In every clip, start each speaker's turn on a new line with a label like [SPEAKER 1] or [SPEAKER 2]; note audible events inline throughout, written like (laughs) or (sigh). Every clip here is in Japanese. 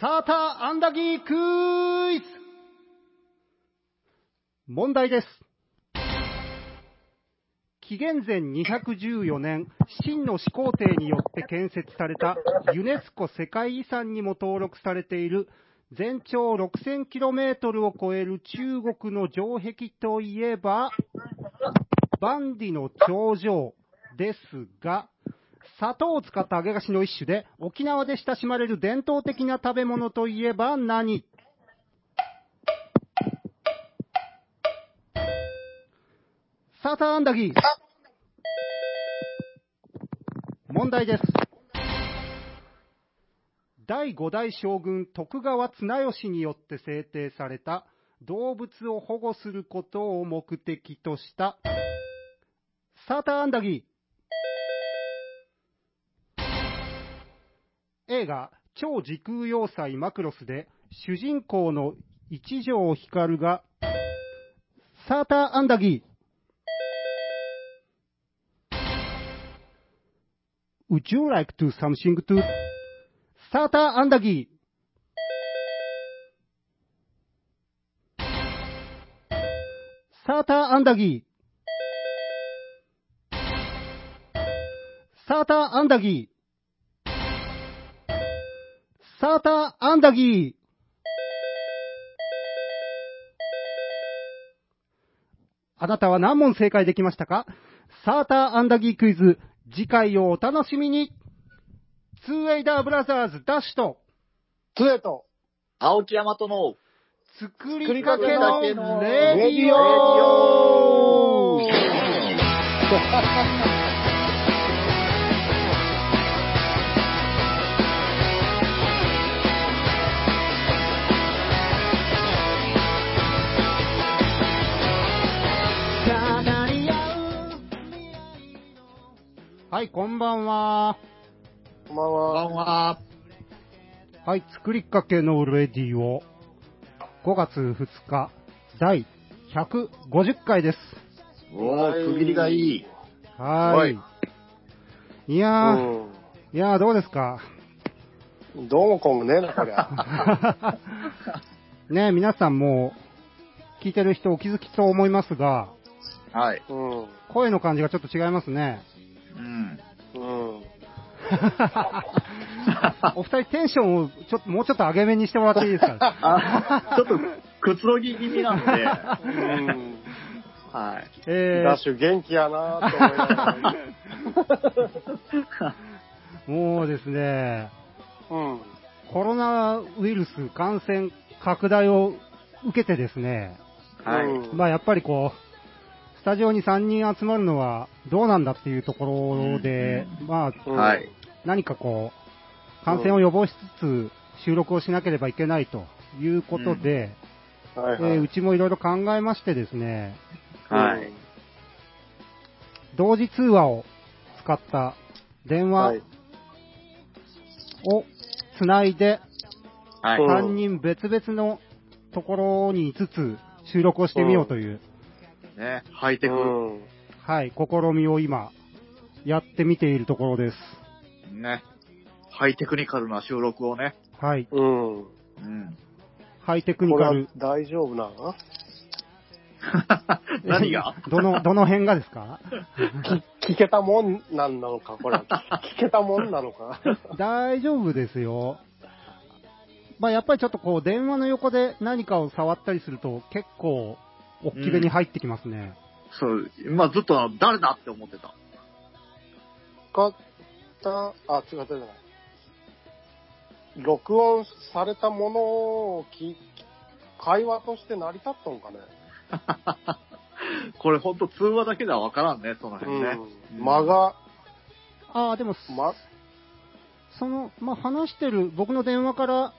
[SPEAKER 1] サーターアンダギークイズ問題です。紀元前214年、秦の始皇帝によって建設されたユネスコ世界遺産にも登録されている全長 6000km を超える中国の城壁といえば、万里の長城ですが、砂糖を使った揚げ菓子の一種で、沖縄で親しまれる伝統的な食べ物といえば何サーターアンダギー。問題です。第5代将軍徳川綱吉によって制定された動物を保護することを目的としたサーターアンダギー。映画超時空要塞マクロスで主人公の一条光がサーターアンダギー。Would you like to something to サーターアンダギーサーターアンダギーサーターアンダギーサーターアンダギーあなたは何問正解できましたかサーターアンダギークイズ、次回をお楽しみにツーエイダーブラザーズダッシュと、
[SPEAKER 2] ツエと、
[SPEAKER 3] 青木山との、
[SPEAKER 1] 作りかけ
[SPEAKER 3] 作りかけ
[SPEAKER 1] の
[SPEAKER 3] の
[SPEAKER 1] レ
[SPEAKER 2] レ
[SPEAKER 1] デ
[SPEAKER 2] デ
[SPEAKER 1] ィ
[SPEAKER 2] ィ
[SPEAKER 1] オ
[SPEAKER 2] オ
[SPEAKER 1] はい、こんばんは。
[SPEAKER 2] こんばん
[SPEAKER 3] こんば
[SPEAKER 2] は。
[SPEAKER 3] んは。
[SPEAKER 1] はい、作りかけのレディオ。5月2日、第150回です。
[SPEAKER 3] おー、区切りがいい。
[SPEAKER 1] はーい。いやー、いやーどうですか
[SPEAKER 2] うん。どうもこうもねえな、こりゃ。
[SPEAKER 1] ねえ皆さんもう、聞いてる人お気づきと思いますが、
[SPEAKER 3] はい。
[SPEAKER 2] うん。
[SPEAKER 1] 声の感じがちょっと違いますね。
[SPEAKER 3] うん。
[SPEAKER 2] うん。
[SPEAKER 1] お二人テンションをちょっともうちょっと上げ目にしてもらっていいですか
[SPEAKER 3] (laughs) あちょっと、くつろぎ気味なんで、
[SPEAKER 2] うん。
[SPEAKER 3] はい。
[SPEAKER 1] え
[SPEAKER 2] ダッシュ元気やなーと思いながら。
[SPEAKER 1] ー、 (laughs) もうですね、
[SPEAKER 2] うん。
[SPEAKER 1] コロナウイルス感染拡大を受けてですね、
[SPEAKER 3] はい。
[SPEAKER 2] うん
[SPEAKER 1] まあやっぱりこう、スタジオに3人集まるのはどうなんだっていうところで、
[SPEAKER 3] うん
[SPEAKER 1] まあ
[SPEAKER 2] うん
[SPEAKER 3] はい。
[SPEAKER 1] 何かこう、感染を予防しつつ収録をしなければいけないということで、
[SPEAKER 2] はいは
[SPEAKER 1] え
[SPEAKER 2] い。
[SPEAKER 1] ーうちもいろいろ考えましてですね、
[SPEAKER 3] はい。
[SPEAKER 1] 同時通話を使った電
[SPEAKER 2] うん。は
[SPEAKER 1] 話
[SPEAKER 2] い。
[SPEAKER 1] をつないで、
[SPEAKER 3] はい。
[SPEAKER 2] うん
[SPEAKER 1] 3人別々のところに5つ収録をしてみようという、
[SPEAKER 3] ね、ハイ
[SPEAKER 2] う
[SPEAKER 3] テク。
[SPEAKER 2] ん。
[SPEAKER 1] はい、試みを今、やってみているところです。
[SPEAKER 3] ね。ハイテクニカルな収録をね。
[SPEAKER 1] はい、
[SPEAKER 2] うん。
[SPEAKER 3] うん。
[SPEAKER 1] ハイテクニ
[SPEAKER 2] これ
[SPEAKER 1] カ
[SPEAKER 2] は
[SPEAKER 1] ル。
[SPEAKER 2] 大丈夫なの
[SPEAKER 3] 何が
[SPEAKER 1] (laughs) どの、どの辺がですか
[SPEAKER 2] 聞けたもんなんなのか、これ。聞けたもんなのか。
[SPEAKER 1] 大丈夫ですよ。まあ、やっぱりちょっとこう、電話の横で何かを触ったりすると、結構、おっきめに入ってきますね。
[SPEAKER 3] そう、今ずっとあの誰だって思ってた。
[SPEAKER 2] 使った、あ、違ったじゃない。録音されたものを聞き、会話として成り立ったんかね。
[SPEAKER 3] これほんと通話だけではわからんね、その辺ね。
[SPEAKER 2] うん。間が、
[SPEAKER 1] ああ、でも、
[SPEAKER 2] ま、
[SPEAKER 1] その、まあ、話してる、僕の電話から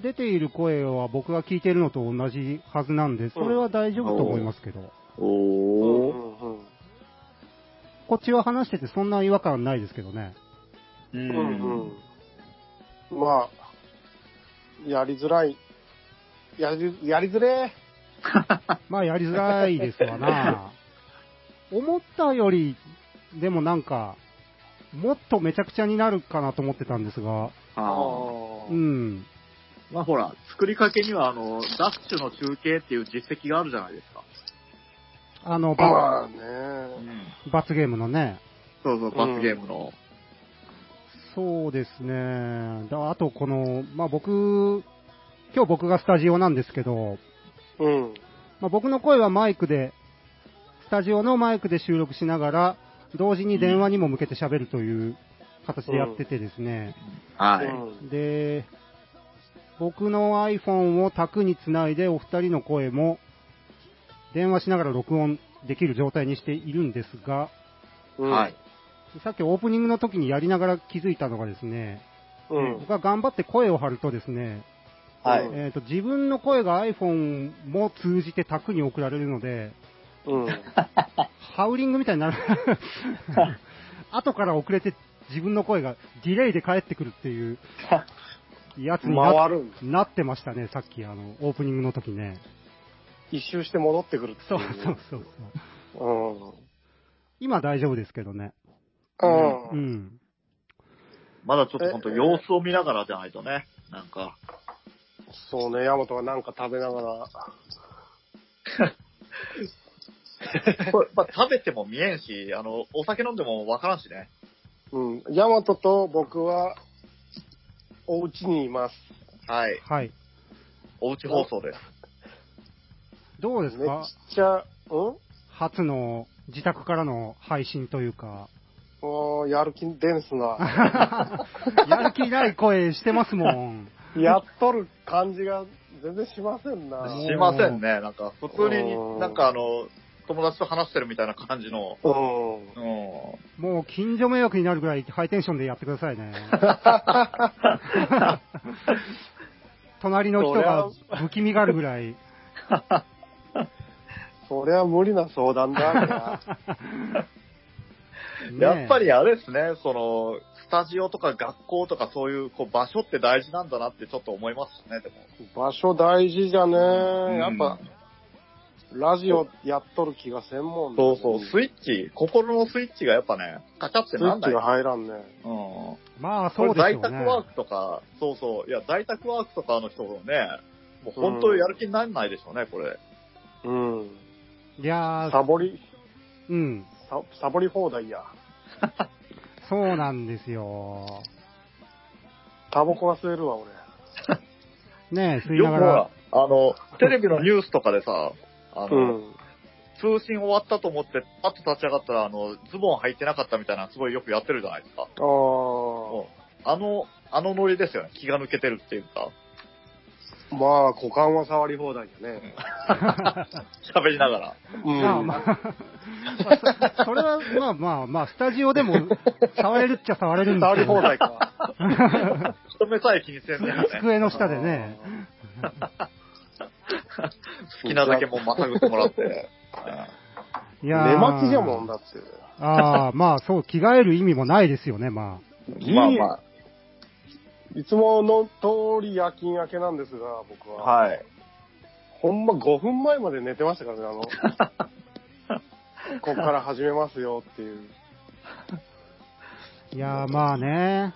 [SPEAKER 1] 出ている声は僕が聞いてるのと同じはずなんで、それは大丈夫と思いますけど、
[SPEAKER 3] お
[SPEAKER 2] う
[SPEAKER 3] ー。
[SPEAKER 2] んうん
[SPEAKER 1] こっちは話しててそんな違和感ないですけどね。
[SPEAKER 3] う
[SPEAKER 2] うんんうん。まあ、やりづらい。やり、やりづれ
[SPEAKER 1] まあ、やりづらいですわ
[SPEAKER 2] (laughs)
[SPEAKER 1] な。思ったより、でもなんか、もっとめちゃくちゃになるかなと思ってたんですが、
[SPEAKER 3] あー
[SPEAKER 1] うん。
[SPEAKER 3] まあほら、作りかけには、あの、ダッシュの中継っていう実績があるじゃないですか。
[SPEAKER 1] あの、ば
[SPEAKER 2] まあ
[SPEAKER 3] う
[SPEAKER 2] ね。
[SPEAKER 3] ん。
[SPEAKER 1] 罰ゲームのね。
[SPEAKER 3] そうそう、罰ゲームの。
[SPEAKER 1] そうですね。だあと、この、まあ、僕、今日僕がスタジオなんですけど、
[SPEAKER 2] うん。
[SPEAKER 1] まあ、僕の声はマイクで、スタジオのマイクで収録しながら、同時に電話にも向けて喋るという形でやっててですね。
[SPEAKER 3] は
[SPEAKER 2] う
[SPEAKER 3] い。
[SPEAKER 2] ん
[SPEAKER 1] で、僕の iPhone を卓につないでお二人の声も電話しながら録音できる状態にしているんですが、
[SPEAKER 2] うん
[SPEAKER 3] はい。
[SPEAKER 1] さっきオープニングの時にやりながら気づいたのがですね、
[SPEAKER 2] うん。
[SPEAKER 1] 僕は頑張って声を張るとですね、
[SPEAKER 2] はい
[SPEAKER 1] えー、と自分の声が iPhone も通じて卓に送られるので、
[SPEAKER 2] うん。
[SPEAKER 1] ハウリングみたいに
[SPEAKER 2] (laughs)
[SPEAKER 1] なる。後から遅れて自分の声がディレイで返ってくるっていうやつにな
[SPEAKER 2] 回るんだ。
[SPEAKER 1] なってましたね、さっきあのオープニングの時ね。
[SPEAKER 2] 一周して戻ってくるってい
[SPEAKER 1] そうそうそうそう。
[SPEAKER 2] うん。
[SPEAKER 1] 今大丈夫ですけどね。
[SPEAKER 2] うん
[SPEAKER 1] う。ん。
[SPEAKER 3] まだちょっと本当様子を見ながらじゃないとね。なんか、
[SPEAKER 2] そうね、ヤマトがなんか食べなが (laughs) ら。
[SPEAKER 3] これまあ、食べても見えんし、あの、お酒飲んでもわからんしね。
[SPEAKER 2] うん。ヤマトと僕は、お家にいます。
[SPEAKER 3] はい。
[SPEAKER 1] はい。
[SPEAKER 3] おうち放送です。
[SPEAKER 1] どう
[SPEAKER 2] め
[SPEAKER 1] で
[SPEAKER 2] っ
[SPEAKER 1] すか
[SPEAKER 2] ちゃ、うん
[SPEAKER 1] 初の自宅からの配信というか。 (laughs)
[SPEAKER 2] おーやる気出んすな。
[SPEAKER 1] やる気ない声してますもん。
[SPEAKER 2] やっとる感じが全然しませんな。
[SPEAKER 1] ね
[SPEAKER 3] しませんね。なんか、普通
[SPEAKER 2] う
[SPEAKER 3] に
[SPEAKER 2] ん
[SPEAKER 3] なんかあの、友達と話してるみたいな感じの、
[SPEAKER 2] うん。
[SPEAKER 3] うん。
[SPEAKER 1] もう近所迷惑になるぐらいハイテンションでやってください
[SPEAKER 3] (laughs)
[SPEAKER 1] ね。隣の人が不気味があるぐらい。
[SPEAKER 2] そりゃ無理な相談だ。
[SPEAKER 3] (laughs)
[SPEAKER 1] ね
[SPEAKER 3] やっぱ。りあれですね、その、スタジオとか学校とかそういうこう場所って大事なんだなってちょっと思いましたね、でも。
[SPEAKER 2] 場所大事じゃねやっぱ
[SPEAKER 3] う、ん
[SPEAKER 2] ラジオやっとる気がせんもんね
[SPEAKER 3] そうそう、スイッチ、心のスイッチがやっぱね、カチャって
[SPEAKER 2] スイ
[SPEAKER 3] なん
[SPEAKER 2] ッ
[SPEAKER 3] な
[SPEAKER 2] チ
[SPEAKER 3] い。う
[SPEAKER 2] が
[SPEAKER 3] ん。
[SPEAKER 2] 入らんね。
[SPEAKER 3] こ
[SPEAKER 1] まあそ
[SPEAKER 3] れ
[SPEAKER 1] うです
[SPEAKER 3] 在
[SPEAKER 1] よ
[SPEAKER 3] 宅ワー
[SPEAKER 1] ね。
[SPEAKER 3] クとか、そうそう、いや、在宅ワークとかの人もね、もう本当やる気にならないでしょうね、これ。
[SPEAKER 2] うん。
[SPEAKER 1] いやー
[SPEAKER 2] サ、ボり、
[SPEAKER 1] うん。
[SPEAKER 2] ササボり放題や。
[SPEAKER 1] そうなんですよ。
[SPEAKER 2] タバコ忘れるわ、俺。
[SPEAKER 1] ねえ、吸い
[SPEAKER 3] よ
[SPEAKER 1] な
[SPEAKER 3] く
[SPEAKER 1] が
[SPEAKER 3] ほ
[SPEAKER 1] ら
[SPEAKER 3] ら、。あ
[SPEAKER 1] (laughs)
[SPEAKER 3] の、テレビのニュースとかでさ、あ
[SPEAKER 2] う
[SPEAKER 3] の、
[SPEAKER 2] ん。
[SPEAKER 3] 通信終わったと思って、パッと立ち上がったら、あの、ズボン履いてなかったみたいな、すごいよくやってるじゃないですか。
[SPEAKER 2] ああ。
[SPEAKER 3] あの、あのノリですよね。気が抜けてるっていうか、
[SPEAKER 2] まあ、股間は触り放題やね。
[SPEAKER 3] 喋りながら。
[SPEAKER 2] う
[SPEAKER 1] まあまあ、まあ
[SPEAKER 2] (laughs)
[SPEAKER 1] そそれはまあまあまあ、スタジオでも触れるっちゃ触れるんです
[SPEAKER 2] 触
[SPEAKER 1] け
[SPEAKER 2] り
[SPEAKER 1] ど
[SPEAKER 2] 放題か。
[SPEAKER 3] 人目さえ気にせんね。
[SPEAKER 1] 机の下でね。
[SPEAKER 3] 好きなだけもうまたぐってもらって。
[SPEAKER 1] い
[SPEAKER 2] 寝
[SPEAKER 1] やー
[SPEAKER 2] 巻きじゃもんだって。
[SPEAKER 1] ああ、まあそう、着替える意味もないですよね、ま
[SPEAKER 3] まあま
[SPEAKER 2] いつもの通り夜勤明けなんですが、僕
[SPEAKER 3] あ。
[SPEAKER 2] は。
[SPEAKER 3] はい。
[SPEAKER 2] ほんま5分前まで寝てましたからね、あの、こっから始めますよっていう。
[SPEAKER 1] あ。いやー、まあね。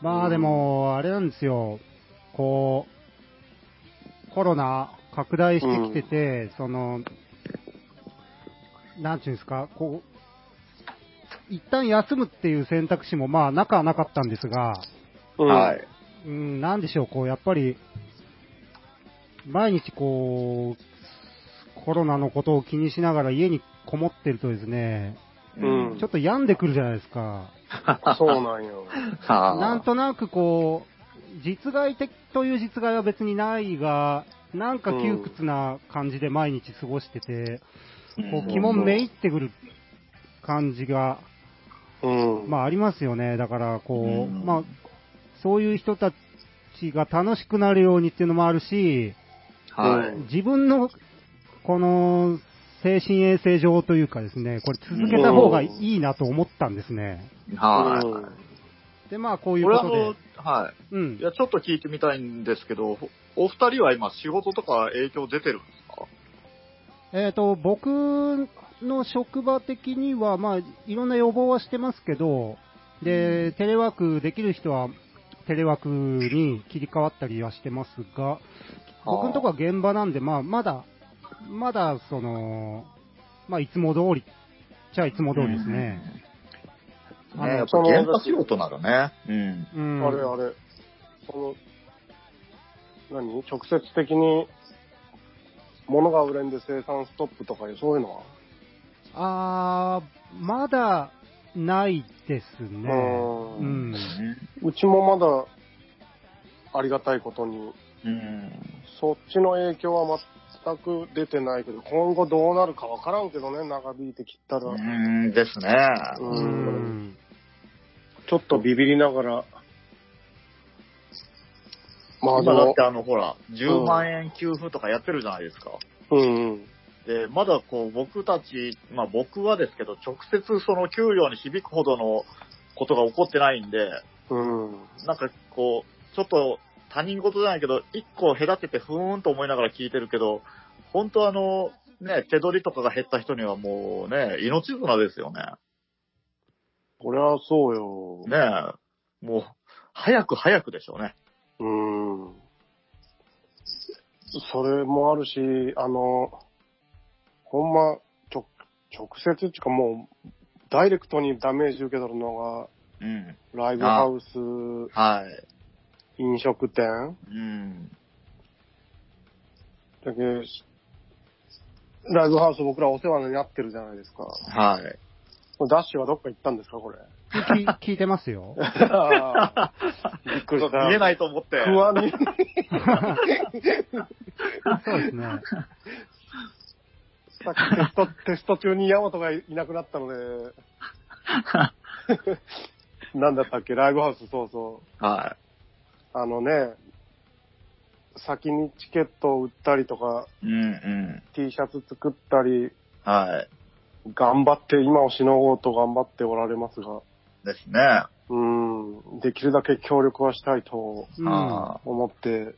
[SPEAKER 1] まあでも、あれなんですよ。こう、コロナ拡大してきてて、その、なんていうんですか、こう、一旦休むっていう選択肢もまあなくはなかったんですが、
[SPEAKER 2] うん
[SPEAKER 3] はい。
[SPEAKER 1] うん、なんでしょう、こう、やっぱり、毎日こう、コロナのことを気にしながら家にこもってるとですね、
[SPEAKER 2] うん
[SPEAKER 1] ちょっと病んでくるじゃないですか。
[SPEAKER 2] そうなんよ。
[SPEAKER 1] なん
[SPEAKER 3] は
[SPEAKER 1] となくこう、実害的という実害は別にないが、なんか窮屈な感じで毎日過ごしてて、こう、
[SPEAKER 3] う
[SPEAKER 1] 気
[SPEAKER 3] ん
[SPEAKER 1] もめいってくる感じが、
[SPEAKER 2] うん。
[SPEAKER 1] まあありますよね。だから、こう、
[SPEAKER 3] うん
[SPEAKER 1] まあ、そういう人たちが楽しくなるようにっていうのもあるし、
[SPEAKER 3] はい。
[SPEAKER 1] 自分の、この、精神衛生上というかですね、これ続けた方がいいなと思ったんですね。
[SPEAKER 3] はい。
[SPEAKER 2] うん
[SPEAKER 1] で、まあ、こういう
[SPEAKER 3] これ
[SPEAKER 1] こと
[SPEAKER 3] あの
[SPEAKER 1] で、、
[SPEAKER 3] は
[SPEAKER 1] う
[SPEAKER 3] い。
[SPEAKER 1] ん
[SPEAKER 3] い。や、ちょっと聞いてみたいんですけど、おお二人は今仕事とか影響出てるんですか
[SPEAKER 1] えっ、と、僕の職場的には、まあ、いろんな予防はしてますけど、で、テレワークできる人は、テレ枠に切り替わったりはしてますが、僕のとこは現場なんで、まあ、まだ、まだ、その、まあ、いつも通り、じゃあいつも通りですね。
[SPEAKER 3] うん
[SPEAKER 2] あの
[SPEAKER 3] ねやっぱ
[SPEAKER 2] その
[SPEAKER 3] 現場仕事ならね。う
[SPEAKER 1] う
[SPEAKER 3] ん。
[SPEAKER 1] ん。
[SPEAKER 2] あれあれ、その、何直接的に、物が売れんで生産ストップとかいうそういうのは、
[SPEAKER 1] あーまだないですね。
[SPEAKER 2] う
[SPEAKER 1] う
[SPEAKER 2] ん
[SPEAKER 1] ん。
[SPEAKER 2] うちもまだ、ありがたいことに、
[SPEAKER 3] うん。
[SPEAKER 2] そっちの影響は全く出てないけど、今後どうなるかわからんけどね、長引いてきたら。
[SPEAKER 3] うんですね。
[SPEAKER 1] う
[SPEAKER 2] うん
[SPEAKER 1] ん。
[SPEAKER 2] ちょっとビビりながら。まあで
[SPEAKER 3] 今だっ
[SPEAKER 2] も
[SPEAKER 3] て、あの、ほら、10万円給付とかやってるじゃないですか。
[SPEAKER 2] うんうん。
[SPEAKER 3] で、まだこう、僕たち、まあ僕はですけど、直接その給料に響くほどのことが起こってないんで、
[SPEAKER 2] うん。
[SPEAKER 3] なんかこう、ちょっと他人事じゃないけど、一個隔ててふーんと思いながら聞いてるけど、本当あの、ね、手取りとかが減った人にはもうね、命綱ですよね。
[SPEAKER 2] これはそうよ。
[SPEAKER 3] ねえ、もう、早く早くでしょうね。
[SPEAKER 2] うん。それもあるし、あの、ほんま、直、直接っていうかもう、ダイレクトにダメージ受け取るの
[SPEAKER 3] うん。
[SPEAKER 2] が、ライブハウス、
[SPEAKER 3] はい。
[SPEAKER 2] 飲食店
[SPEAKER 3] うん。
[SPEAKER 2] だけライブハウス僕らお世話になってるじゃないですか。
[SPEAKER 3] はい。
[SPEAKER 2] ダッシュはどっか行ったんですか、これ。
[SPEAKER 1] き聞いてますよ。
[SPEAKER 2] あーびっくりした。
[SPEAKER 3] 見えないと思って。
[SPEAKER 2] 不安に。
[SPEAKER 1] そうですね。
[SPEAKER 2] さっきテスト、テスト中にヤマトがいなくなったので、 (laughs) なんだったっけ、ライブハウス、そうそ
[SPEAKER 3] は
[SPEAKER 2] う。あのね、先にチケットを売ったりとか、
[SPEAKER 3] い。うんうん。
[SPEAKER 2] T シャツ作ったり、
[SPEAKER 3] はい。
[SPEAKER 2] 頑張って、今をしのごうと頑張っておられますが、
[SPEAKER 3] ですね。
[SPEAKER 2] うん、できるだけ協力はしたいと
[SPEAKER 1] うん。
[SPEAKER 3] あ
[SPEAKER 2] 思って、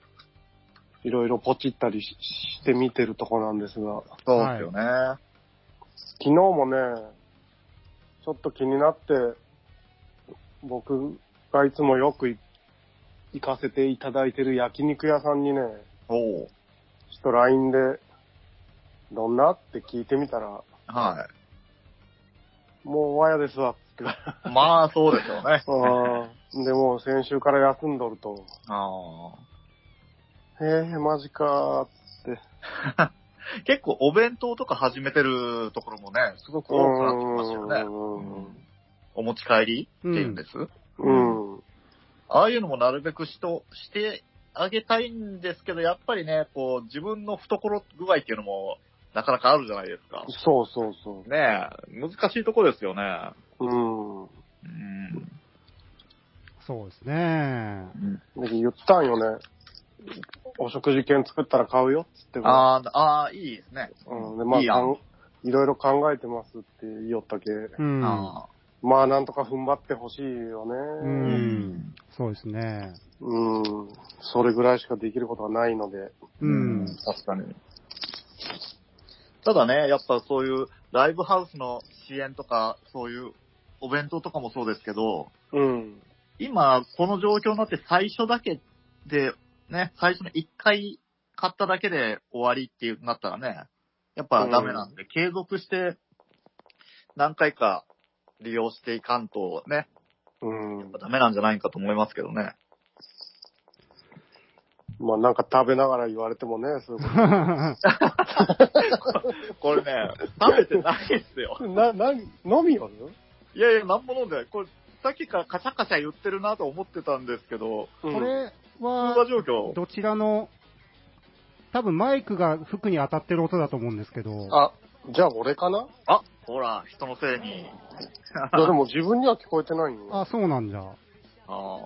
[SPEAKER 2] いろいろポチったりししてみてるとこなんですが、
[SPEAKER 3] あ、そうですよね。
[SPEAKER 2] 昨日もね、ちょっと気になって、僕がいつもよくい行かせていただいてる焼肉屋さんにね、
[SPEAKER 3] おう。
[SPEAKER 2] ちょっと LINE で、どんなって聞いてみたら、
[SPEAKER 3] は
[SPEAKER 2] もうわやです
[SPEAKER 3] (laughs)
[SPEAKER 2] わ、って言って
[SPEAKER 3] い。まあ、そうですよね。
[SPEAKER 2] あーでもう先週から休んどると、
[SPEAKER 3] あ
[SPEAKER 2] えー、マジかーって。
[SPEAKER 3] あ。結構お弁当とか始めてるところもね、すごく多くなってきましたよね。うんお持ち帰りっていうんです。
[SPEAKER 2] うん。うん。
[SPEAKER 3] ああいうのもなるべくしとしてあげたいんですけど、やっぱりね、こう、自分の懐具合っていうのも、なかなかあるじゃないですか。
[SPEAKER 2] そうそうそ
[SPEAKER 3] ねえ、難しいとこですよね。
[SPEAKER 2] う。うん。
[SPEAKER 3] うん。
[SPEAKER 1] そうですね。
[SPEAKER 2] で言ったんよね。お食事券作ったら買うよっつってから。
[SPEAKER 3] あーあー、いいですね。
[SPEAKER 2] うん。で、まあ、
[SPEAKER 3] いいやん。
[SPEAKER 2] いろいろ考えてますって言いよったけ。
[SPEAKER 1] うん。
[SPEAKER 3] あ
[SPEAKER 2] まあ、なんとか踏ん張ってほしいよ
[SPEAKER 1] う
[SPEAKER 2] ね。
[SPEAKER 3] ーうんん。
[SPEAKER 1] そうですね。
[SPEAKER 2] うん。それぐらいしかできることはないので。
[SPEAKER 1] うん。
[SPEAKER 3] 確かに。ただね、やっぱそういうライブハウスの支援とか、そういうお弁当とかもそうですけど、
[SPEAKER 2] うん。
[SPEAKER 3] 今、この状況になって最初だけで、ね、最初の1回買っただけで終わりっていうなったらね、やっぱダメなんで、継続して何回か利用していかんとね、
[SPEAKER 2] うん。
[SPEAKER 3] ダメなんじゃないかと思いますけどね。
[SPEAKER 2] まあ、なんか食べながら言われてもね、そういうこ
[SPEAKER 3] これね、食べてないですよ。
[SPEAKER 2] とな、な、飲みよる
[SPEAKER 3] いやいや、なんも飲んでない。これ、さっきからカチャカチャ言ってるなと思ってたんですけど、
[SPEAKER 1] (laughs) こ
[SPEAKER 2] うん
[SPEAKER 1] れ
[SPEAKER 3] 通
[SPEAKER 1] は
[SPEAKER 3] 話、状況。
[SPEAKER 1] どちらの、多分マイクが服に当たってる音だと思うんですけど、
[SPEAKER 2] あ、じゃあ俺かな
[SPEAKER 3] あ、ほら、人のせいに。
[SPEAKER 2] いやでも自分には聞こえてないよ。
[SPEAKER 1] あ、そうなんじゃ。
[SPEAKER 3] あ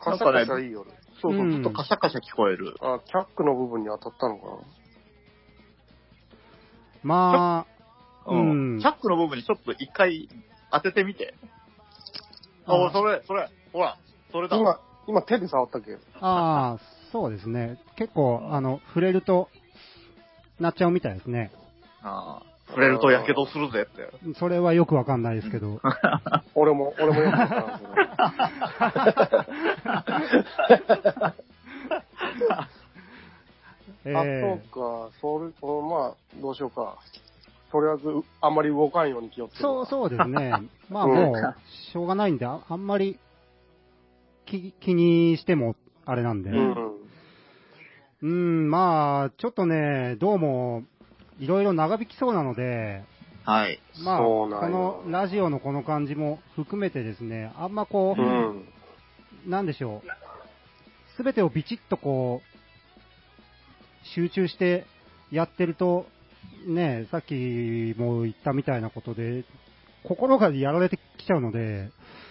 [SPEAKER 3] ー
[SPEAKER 2] カシャカシャいいよる。
[SPEAKER 3] そうそうう、
[SPEAKER 1] ん
[SPEAKER 3] ちょっとカシャカシャ聞こえる。
[SPEAKER 2] あ、チャックの部分に当たったのかな
[SPEAKER 1] まあ、うん
[SPEAKER 3] チャックの部分にちょっと一回当ててみて。あ、
[SPEAKER 1] あ
[SPEAKER 3] それ、それ、ほら、それだ。
[SPEAKER 2] 今、今手で触ったっけ
[SPEAKER 1] ああ、そうですね。結構、あの、触れると、なっちゃうみたいですね。
[SPEAKER 3] あー触れると火傷するぜって。
[SPEAKER 1] それはよくわかんないですけど。
[SPEAKER 2] 俺も、俺もよくわからんけど。 (laughs)
[SPEAKER 1] え
[SPEAKER 2] あ、
[SPEAKER 1] ー
[SPEAKER 2] そうか、それ、おまあ、どうしようか。とりあえず、あんまり動かんように気をつける
[SPEAKER 1] そう、
[SPEAKER 2] わ
[SPEAKER 1] そうです
[SPEAKER 2] (laughs)
[SPEAKER 1] ね。まあもう、しょうがないんで、ああんまり気気にしてもあれなんで。
[SPEAKER 2] う
[SPEAKER 1] うんん、。まあ、ちょっとね、どうも、いろいろ長引きそうなので、
[SPEAKER 3] はい。
[SPEAKER 1] まあ、
[SPEAKER 2] そ
[SPEAKER 1] こ
[SPEAKER 2] うなんや
[SPEAKER 1] のラジオのこの感じも含めてですね、あんまこ
[SPEAKER 2] う
[SPEAKER 1] う、
[SPEAKER 2] ん。
[SPEAKER 1] なんでしょう、すべてをビチッとこう、集中してやってると、ね、さっきも言ったみたいなことで、心がやられてきちゃうので、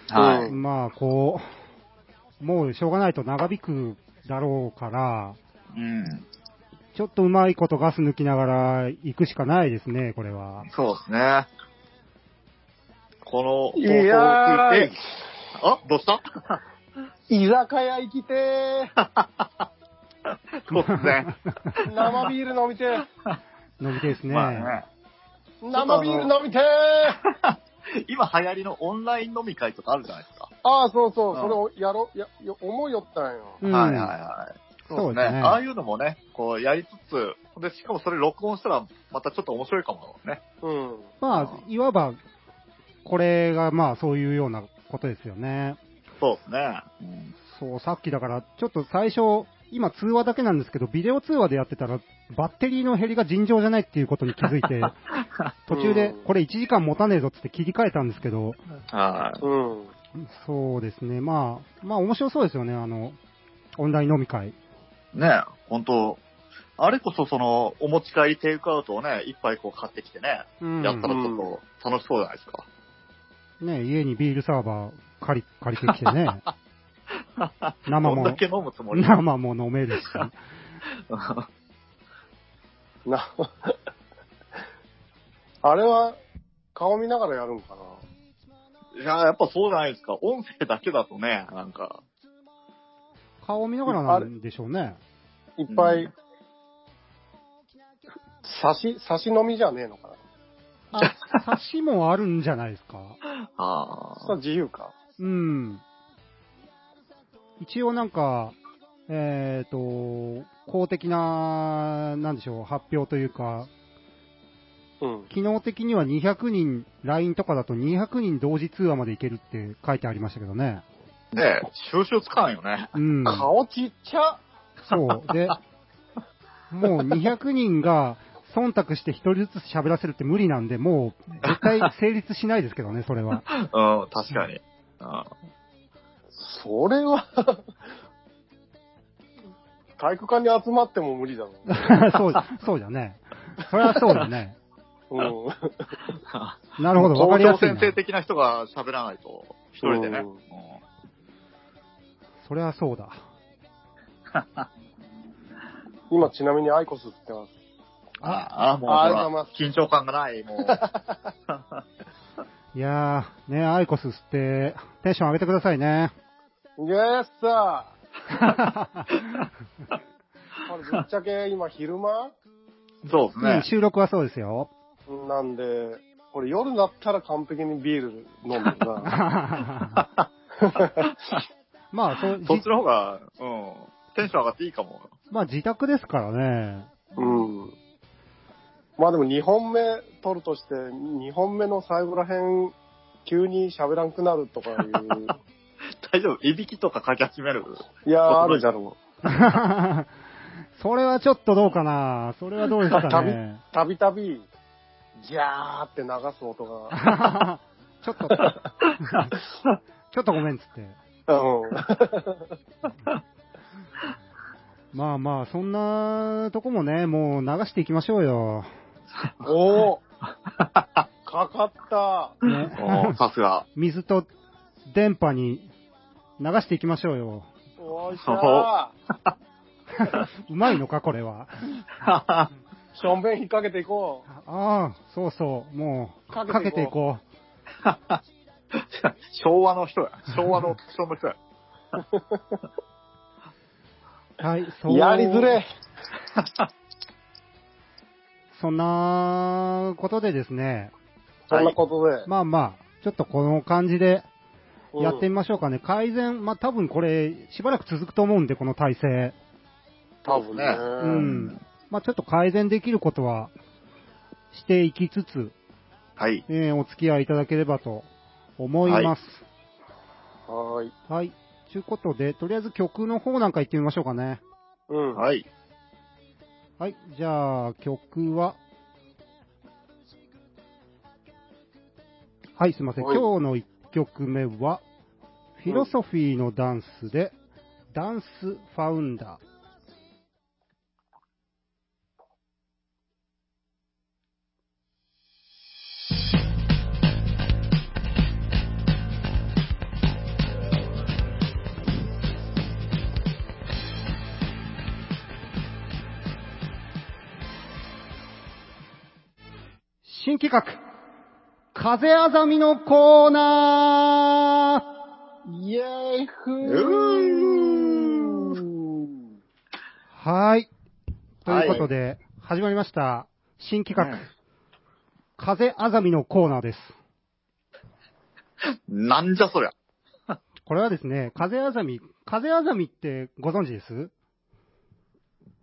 [SPEAKER 3] はい。
[SPEAKER 2] うん
[SPEAKER 1] まあ、こう、もうしょうがないと長引くだろうから、
[SPEAKER 3] うん。
[SPEAKER 1] ちょっとうまいことガス抜きながら行くしかないですね、これは。
[SPEAKER 3] そうですね。この放送を聞い
[SPEAKER 2] いやー
[SPEAKER 3] て、あ、どうした (laughs)
[SPEAKER 2] 居酒屋行きてー。
[SPEAKER 3] 突然。
[SPEAKER 2] 生ビール飲みてー。
[SPEAKER 1] 飲みてえですね。
[SPEAKER 3] まあね。
[SPEAKER 2] (laughs) 生ビール飲みてー。
[SPEAKER 3] 今流行りのオンライン飲み会とかあるじゃないですか。
[SPEAKER 2] ああ、そうそう、
[SPEAKER 3] うん
[SPEAKER 2] それをやろ、や、よ思いよったんよ。
[SPEAKER 1] うん
[SPEAKER 3] はいはいはい。そ
[SPEAKER 1] そ
[SPEAKER 3] うですね。
[SPEAKER 1] うですね
[SPEAKER 3] ああいうのもね、こうやりつつ、で、しかもそれ録音したら、またちょっと面白いかもね。
[SPEAKER 2] うん。
[SPEAKER 1] まあ、いわば、これがまあそういうようなことですよね。
[SPEAKER 3] そうですね。うん
[SPEAKER 1] そう、さっきだから、ちょっと最初、今通話だけなんですけど、ビデオ通話でやってたら、バッテリーの減りが尋常じゃないっていうことに気づいて、途中で
[SPEAKER 2] うん、
[SPEAKER 1] これ1時間持たねえぞっつって切り替えたんですけど、
[SPEAKER 3] はい。
[SPEAKER 2] うん。
[SPEAKER 1] そうですね、まあ、まあ面白そうですよね、あの、オンライン飲み会。
[SPEAKER 3] ねえ、本当あれこそその、お持ち帰りテイクアウトをね、一杯こう買ってきてね、
[SPEAKER 1] うん
[SPEAKER 3] やったらちょっと楽しそうじゃないですか。
[SPEAKER 1] ね、家にビールサーバー借り、借りてきてね、生
[SPEAKER 3] どんだ
[SPEAKER 1] も、
[SPEAKER 3] け飲むつもりなの
[SPEAKER 1] 生も飲めるし。
[SPEAKER 2] な、 (laughs) あれは、顔見ながらやるんかな。
[SPEAKER 3] (laughs) いや、やっぱそうじゃないですか。音声だけだとね、なんか、
[SPEAKER 1] 顔を見ながらなんでしょうね。
[SPEAKER 2] いっぱ
[SPEAKER 3] う
[SPEAKER 2] い、差し、差し飲みじゃねえのかな。
[SPEAKER 1] あ、差しもあるんじゃないですか。
[SPEAKER 3] あ
[SPEAKER 2] それは自由か。
[SPEAKER 1] うん。一応なんか、えっ、と、公的な、なんでしょう、発表というか、
[SPEAKER 2] うん。
[SPEAKER 1] 機能的には200人、LINE とかだと200人同時通話までいけるって書いてありましたけどね。
[SPEAKER 3] あ。ねえ、収集つかんよね。
[SPEAKER 1] うん。
[SPEAKER 2] 顔ちっちゃ。
[SPEAKER 1] そう。で、もう200人が忖度して1人ずつ喋らせるって無理なんで、もう絶対成立しないですけどね、それは。 (laughs)
[SPEAKER 3] うん、確かに。
[SPEAKER 2] それは、体育館に集まっても無理だろ (laughs)
[SPEAKER 1] そう、そうじゃね。それはそうだね。
[SPEAKER 2] う。うん。
[SPEAKER 1] (laughs) なるほど、わか
[SPEAKER 3] 東
[SPEAKER 1] りや
[SPEAKER 3] 京
[SPEAKER 1] すい
[SPEAKER 3] 先
[SPEAKER 1] な。
[SPEAKER 3] 生的な人が喋らないと、一人でね。
[SPEAKER 2] うん
[SPEAKER 3] う
[SPEAKER 1] それはそうだ。
[SPEAKER 2] 今ちなみにアイコスってます。
[SPEAKER 3] んああ、もう
[SPEAKER 2] あ
[SPEAKER 3] ほ
[SPEAKER 2] りがとうござ
[SPEAKER 3] ら
[SPEAKER 2] いま、
[SPEAKER 3] 緊張感がない、も (laughs) う。
[SPEAKER 1] いやー、ね、アイコスって、テンション上げてくださいね。
[SPEAKER 2] イエスさ (laughs) ーあれぶっちゃけ今昼間
[SPEAKER 3] そうです
[SPEAKER 1] う
[SPEAKER 3] ね
[SPEAKER 1] ん。収録はそうです
[SPEAKER 3] (laughs)
[SPEAKER 1] よ。
[SPEAKER 2] なんで、これ夜だったら完璧にビール飲むな。
[SPEAKER 1] まあ、そう、じ
[SPEAKER 3] そっちの方が、うん、テンション上がっていいかも。
[SPEAKER 1] まあ自宅ですからね。
[SPEAKER 2] うん。まあでも2本目取るとして、2本目の最後らへん、急に喋らんくなると
[SPEAKER 1] (laughs)
[SPEAKER 2] かいう。
[SPEAKER 3] 大丈夫いびきとかかき始 (laughs) める
[SPEAKER 2] いやー、あるじゃろう。
[SPEAKER 1] (laughs) それはちょっとどうかな。それはどうですかね。
[SPEAKER 2] たびたび、ギャーって流す音が、
[SPEAKER 1] (laughs) ちょっと、ちょっとごめんっつって。 (laughs)
[SPEAKER 2] うん
[SPEAKER 1] まあまあ、そんなとこもね、もう流していきましょうよ。
[SPEAKER 2] おおかかった
[SPEAKER 1] ね、
[SPEAKER 3] おーさす (laughs) が。
[SPEAKER 1] (laughs) 水と電波に流していきましょうよ。
[SPEAKER 2] おいしゃ
[SPEAKER 1] うまいのか、これは。
[SPEAKER 2] ーしょんべん引っ掛けていこう
[SPEAKER 1] ああ、そうそう、もう、
[SPEAKER 2] かけていこう
[SPEAKER 1] かけていこ
[SPEAKER 3] 昭和の人や。昭和のオプションの人や。 (laughs)
[SPEAKER 1] う。はい、そう。
[SPEAKER 2] やりづれ
[SPEAKER 1] え。そんなことでですね、
[SPEAKER 2] そんなことで。
[SPEAKER 1] まあまあ、ちょっとこの感じでやってみましょうかね。改善、まあ多分これ、しばらく続くと思うんで、この体制。
[SPEAKER 2] 多分ね。
[SPEAKER 1] う。ん。まあちょっと改善できることはしていきつつ、
[SPEAKER 3] はい。
[SPEAKER 1] えーお付き合いいただければと思います。
[SPEAKER 2] はーい。
[SPEAKER 1] はい。ということで、とりあえず曲の方なんか行ってみましょうかね。
[SPEAKER 2] うん。い。
[SPEAKER 3] はい。
[SPEAKER 1] はい。じゃあ、曲は、はい、すいません。
[SPEAKER 2] はい
[SPEAKER 1] 今日の1曲目は、フィロソフィーのダンスで、ダンスファウンダー。新企画、風あざみのコーナ
[SPEAKER 2] イェーイふ
[SPEAKER 3] う
[SPEAKER 2] ー
[SPEAKER 1] ーはい。ということで、始まりました。新企画、風あざみのコーナーです。
[SPEAKER 3] うんなんじゃそりゃ。
[SPEAKER 1] これはですね、風あざみ、風あざみってご存知です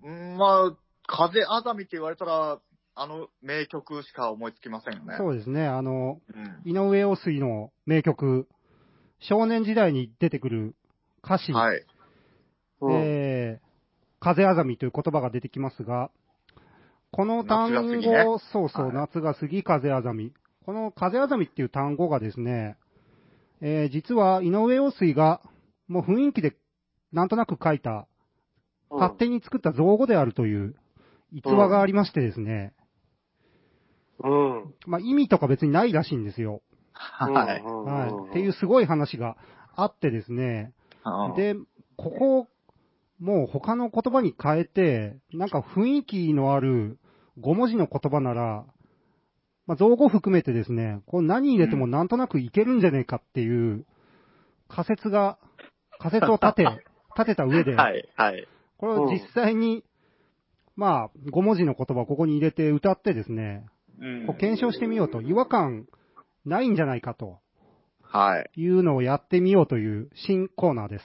[SPEAKER 3] うんまあ、風あざみって言われたら、あの名曲しか思いつきませんよね。
[SPEAKER 1] そうですね、あの、
[SPEAKER 3] うん
[SPEAKER 1] 井上陽水の名曲、少年時代に出てくる歌詞、
[SPEAKER 3] はい。
[SPEAKER 2] うん。
[SPEAKER 1] えー風あざみという言葉が出てきますが、この単語、
[SPEAKER 3] 夏が過ぎね
[SPEAKER 1] そうそう、
[SPEAKER 3] はい
[SPEAKER 1] 夏が過ぎ風あざみ。この風あざみっていう単語がですね、えー実は井上陽水がもう雰囲気でなんとなく書いた、勝手に作った造語であるという逸話がありましてですね、
[SPEAKER 2] うん。うん。
[SPEAKER 1] まあ意味とか別にないらしいんですよ。
[SPEAKER 3] はい。
[SPEAKER 1] はい。っていうすごい話があってですね。
[SPEAKER 3] うん、
[SPEAKER 1] で、ここをもう他の言葉に変えて、なんか雰囲気のある5文字の言葉なら、まあ、造語含めてですね、こう何入れてもなんとなくいけるんじゃねえかっていう仮説が、仮説を立
[SPEAKER 3] (laughs)
[SPEAKER 1] て、立てた上で、
[SPEAKER 3] はい、はい。
[SPEAKER 1] これを実際に、まあ、5文字の言葉をここに入れて歌ってですね、
[SPEAKER 3] うん
[SPEAKER 1] こう検証してみようと、違和感ないんじゃないかと。
[SPEAKER 3] はい。
[SPEAKER 1] いうのをやってみようという新コーナーです。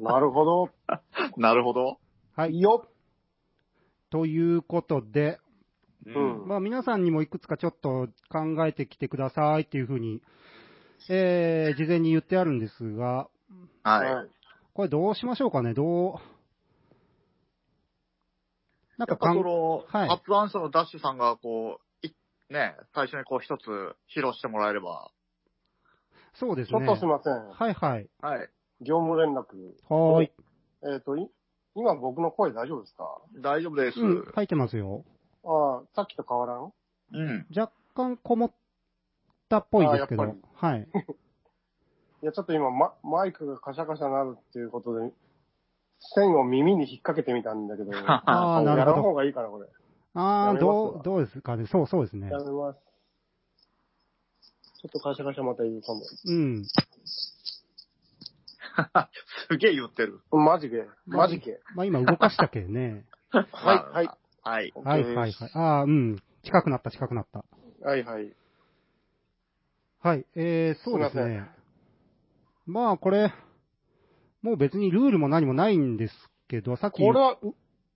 [SPEAKER 2] なるほど。
[SPEAKER 3] なるほど。
[SPEAKER 1] はい。
[SPEAKER 2] よっ。
[SPEAKER 1] ということで、
[SPEAKER 3] う
[SPEAKER 2] うん
[SPEAKER 1] まあ皆さんにもいくつかちょっと考えてきてくださいっていうふうに、えー、事前に言ってあるんですが、
[SPEAKER 3] はい。
[SPEAKER 2] い。
[SPEAKER 1] これどうしましょうかねどう、なん
[SPEAKER 3] や
[SPEAKER 1] か
[SPEAKER 3] っぱ
[SPEAKER 1] かん
[SPEAKER 3] その、
[SPEAKER 1] はい
[SPEAKER 3] アップアンサーのダッシュさんが、こう、いね、最初にこう一つ披露してもらえれば。
[SPEAKER 1] そうです
[SPEAKER 2] ちょ
[SPEAKER 1] ね。
[SPEAKER 2] っとすいません。
[SPEAKER 1] はいはい。
[SPEAKER 3] はい。
[SPEAKER 2] 業務連絡。
[SPEAKER 1] はーい。
[SPEAKER 2] えっと、い今僕の声大丈夫ですか
[SPEAKER 3] 大丈夫です。
[SPEAKER 1] うん、書いてますよ。
[SPEAKER 2] ああ、さっきと変わらん
[SPEAKER 3] うん。
[SPEAKER 1] 若干こもったっぽいですけ
[SPEAKER 2] あー
[SPEAKER 1] ど
[SPEAKER 2] やっ、
[SPEAKER 1] はい。
[SPEAKER 2] いや、ちょっと今、ま、マイクがカシャカシャなるっていうことで、線を耳に引っ掛けてみたんだけど、や
[SPEAKER 1] (laughs) あーなるほ
[SPEAKER 2] ら
[SPEAKER 1] ど
[SPEAKER 2] ん方がいいから、これ。
[SPEAKER 1] あー、
[SPEAKER 2] やめます
[SPEAKER 1] ど
[SPEAKER 2] わ
[SPEAKER 1] う、どうですかねそうそうですね
[SPEAKER 2] や。めます。ちょっとカシャカシャまた言うか
[SPEAKER 1] うん。
[SPEAKER 3] (laughs) すげえ言ってる。
[SPEAKER 2] も。マジでマジで
[SPEAKER 1] まあ今動かしたけど
[SPEAKER 2] (laughs)
[SPEAKER 1] ね。
[SPEAKER 2] はい、はい。
[SPEAKER 3] はい。
[SPEAKER 2] OK
[SPEAKER 1] はいはいはい。ああ、うん。近くなった、近くなった。
[SPEAKER 2] はい、はい。
[SPEAKER 1] はい。えー、そうです
[SPEAKER 2] すい
[SPEAKER 1] ね。まあ、これ、もう別にルールも何もないんですけど、さっき、
[SPEAKER 2] これは、う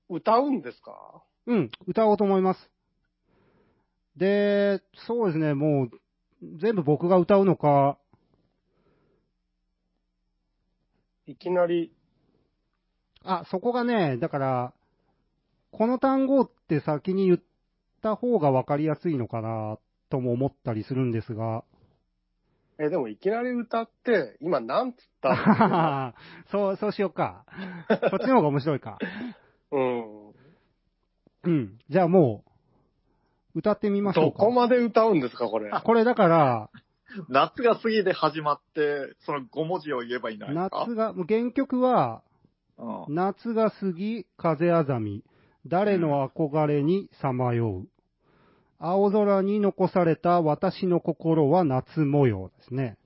[SPEAKER 2] 歌うんですか
[SPEAKER 1] うん、歌おうと思います。で、そうですね、もう、全部僕が歌うのか、
[SPEAKER 2] いきなり、
[SPEAKER 1] あ、そこがね、だから、この単語って先に言った方が分かりやすいのかな、とも思ったりするんですが、 (laughs)
[SPEAKER 2] え、でもいきなり歌って、今なんつ
[SPEAKER 1] (laughs)
[SPEAKER 2] った
[SPEAKER 1] あそう、そうしようか。そっちの方が面白いか。
[SPEAKER 2] うん。
[SPEAKER 1] うん。じゃあもう、歌ってみましょ
[SPEAKER 2] ど
[SPEAKER 1] う
[SPEAKER 2] こ
[SPEAKER 1] か。
[SPEAKER 2] まで歌うんですか、これ。
[SPEAKER 1] これだから、
[SPEAKER 3] 夏が過ぎで始まって、その5文字を言えばいいんじゃないですか。
[SPEAKER 1] 夏が、もう原曲は、
[SPEAKER 3] うん。
[SPEAKER 1] 夏が過ぎ、風あざみ、誰の憧れにさまよう。青空に残された私の心は夏模様ですね。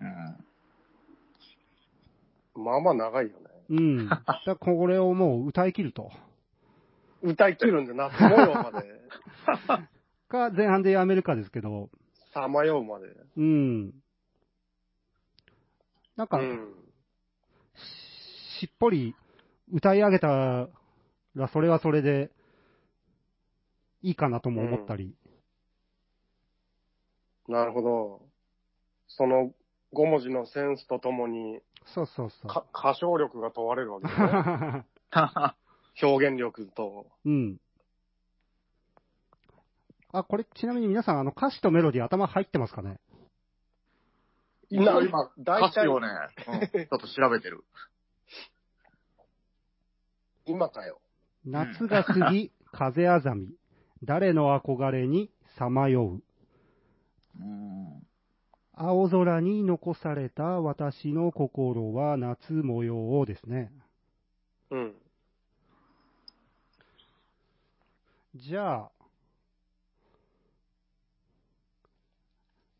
[SPEAKER 3] うん
[SPEAKER 2] まあまあ長いよね。 (laughs)
[SPEAKER 1] うん。だからこれをもう歌い切ると。
[SPEAKER 2] 歌い切るんで、夏模様まで、
[SPEAKER 1] か、前半でやめるかですけど、
[SPEAKER 2] さまよう
[SPEAKER 3] (laughs)
[SPEAKER 2] まで。
[SPEAKER 1] うん。なん
[SPEAKER 2] う
[SPEAKER 1] か、
[SPEAKER 2] ん。
[SPEAKER 1] しっぽり歌い上げたら、それはそれで、いいかなとも思ったり。
[SPEAKER 2] なるほど。その、5文字のセンスとともに、
[SPEAKER 1] そうそうそう。
[SPEAKER 2] か歌唱力が問われるわけです
[SPEAKER 3] (laughs)
[SPEAKER 2] ね。表現力と。
[SPEAKER 1] (laughs) うん。あ、これ、ちなみに皆さん、あの、歌詞とメロディー頭入ってますかね
[SPEAKER 3] 今、今、
[SPEAKER 2] 大
[SPEAKER 3] 歌詞
[SPEAKER 2] 体、
[SPEAKER 3] をね、うんちょっと調べてる。
[SPEAKER 2] 今かよ。
[SPEAKER 1] 夏が過
[SPEAKER 2] (laughs)
[SPEAKER 1] ぎ、風あざみ。誰の憧れにさまよう。
[SPEAKER 3] うん。
[SPEAKER 1] 青空に残された私の心は夏模様をですね。
[SPEAKER 2] うん。
[SPEAKER 1] じゃあ、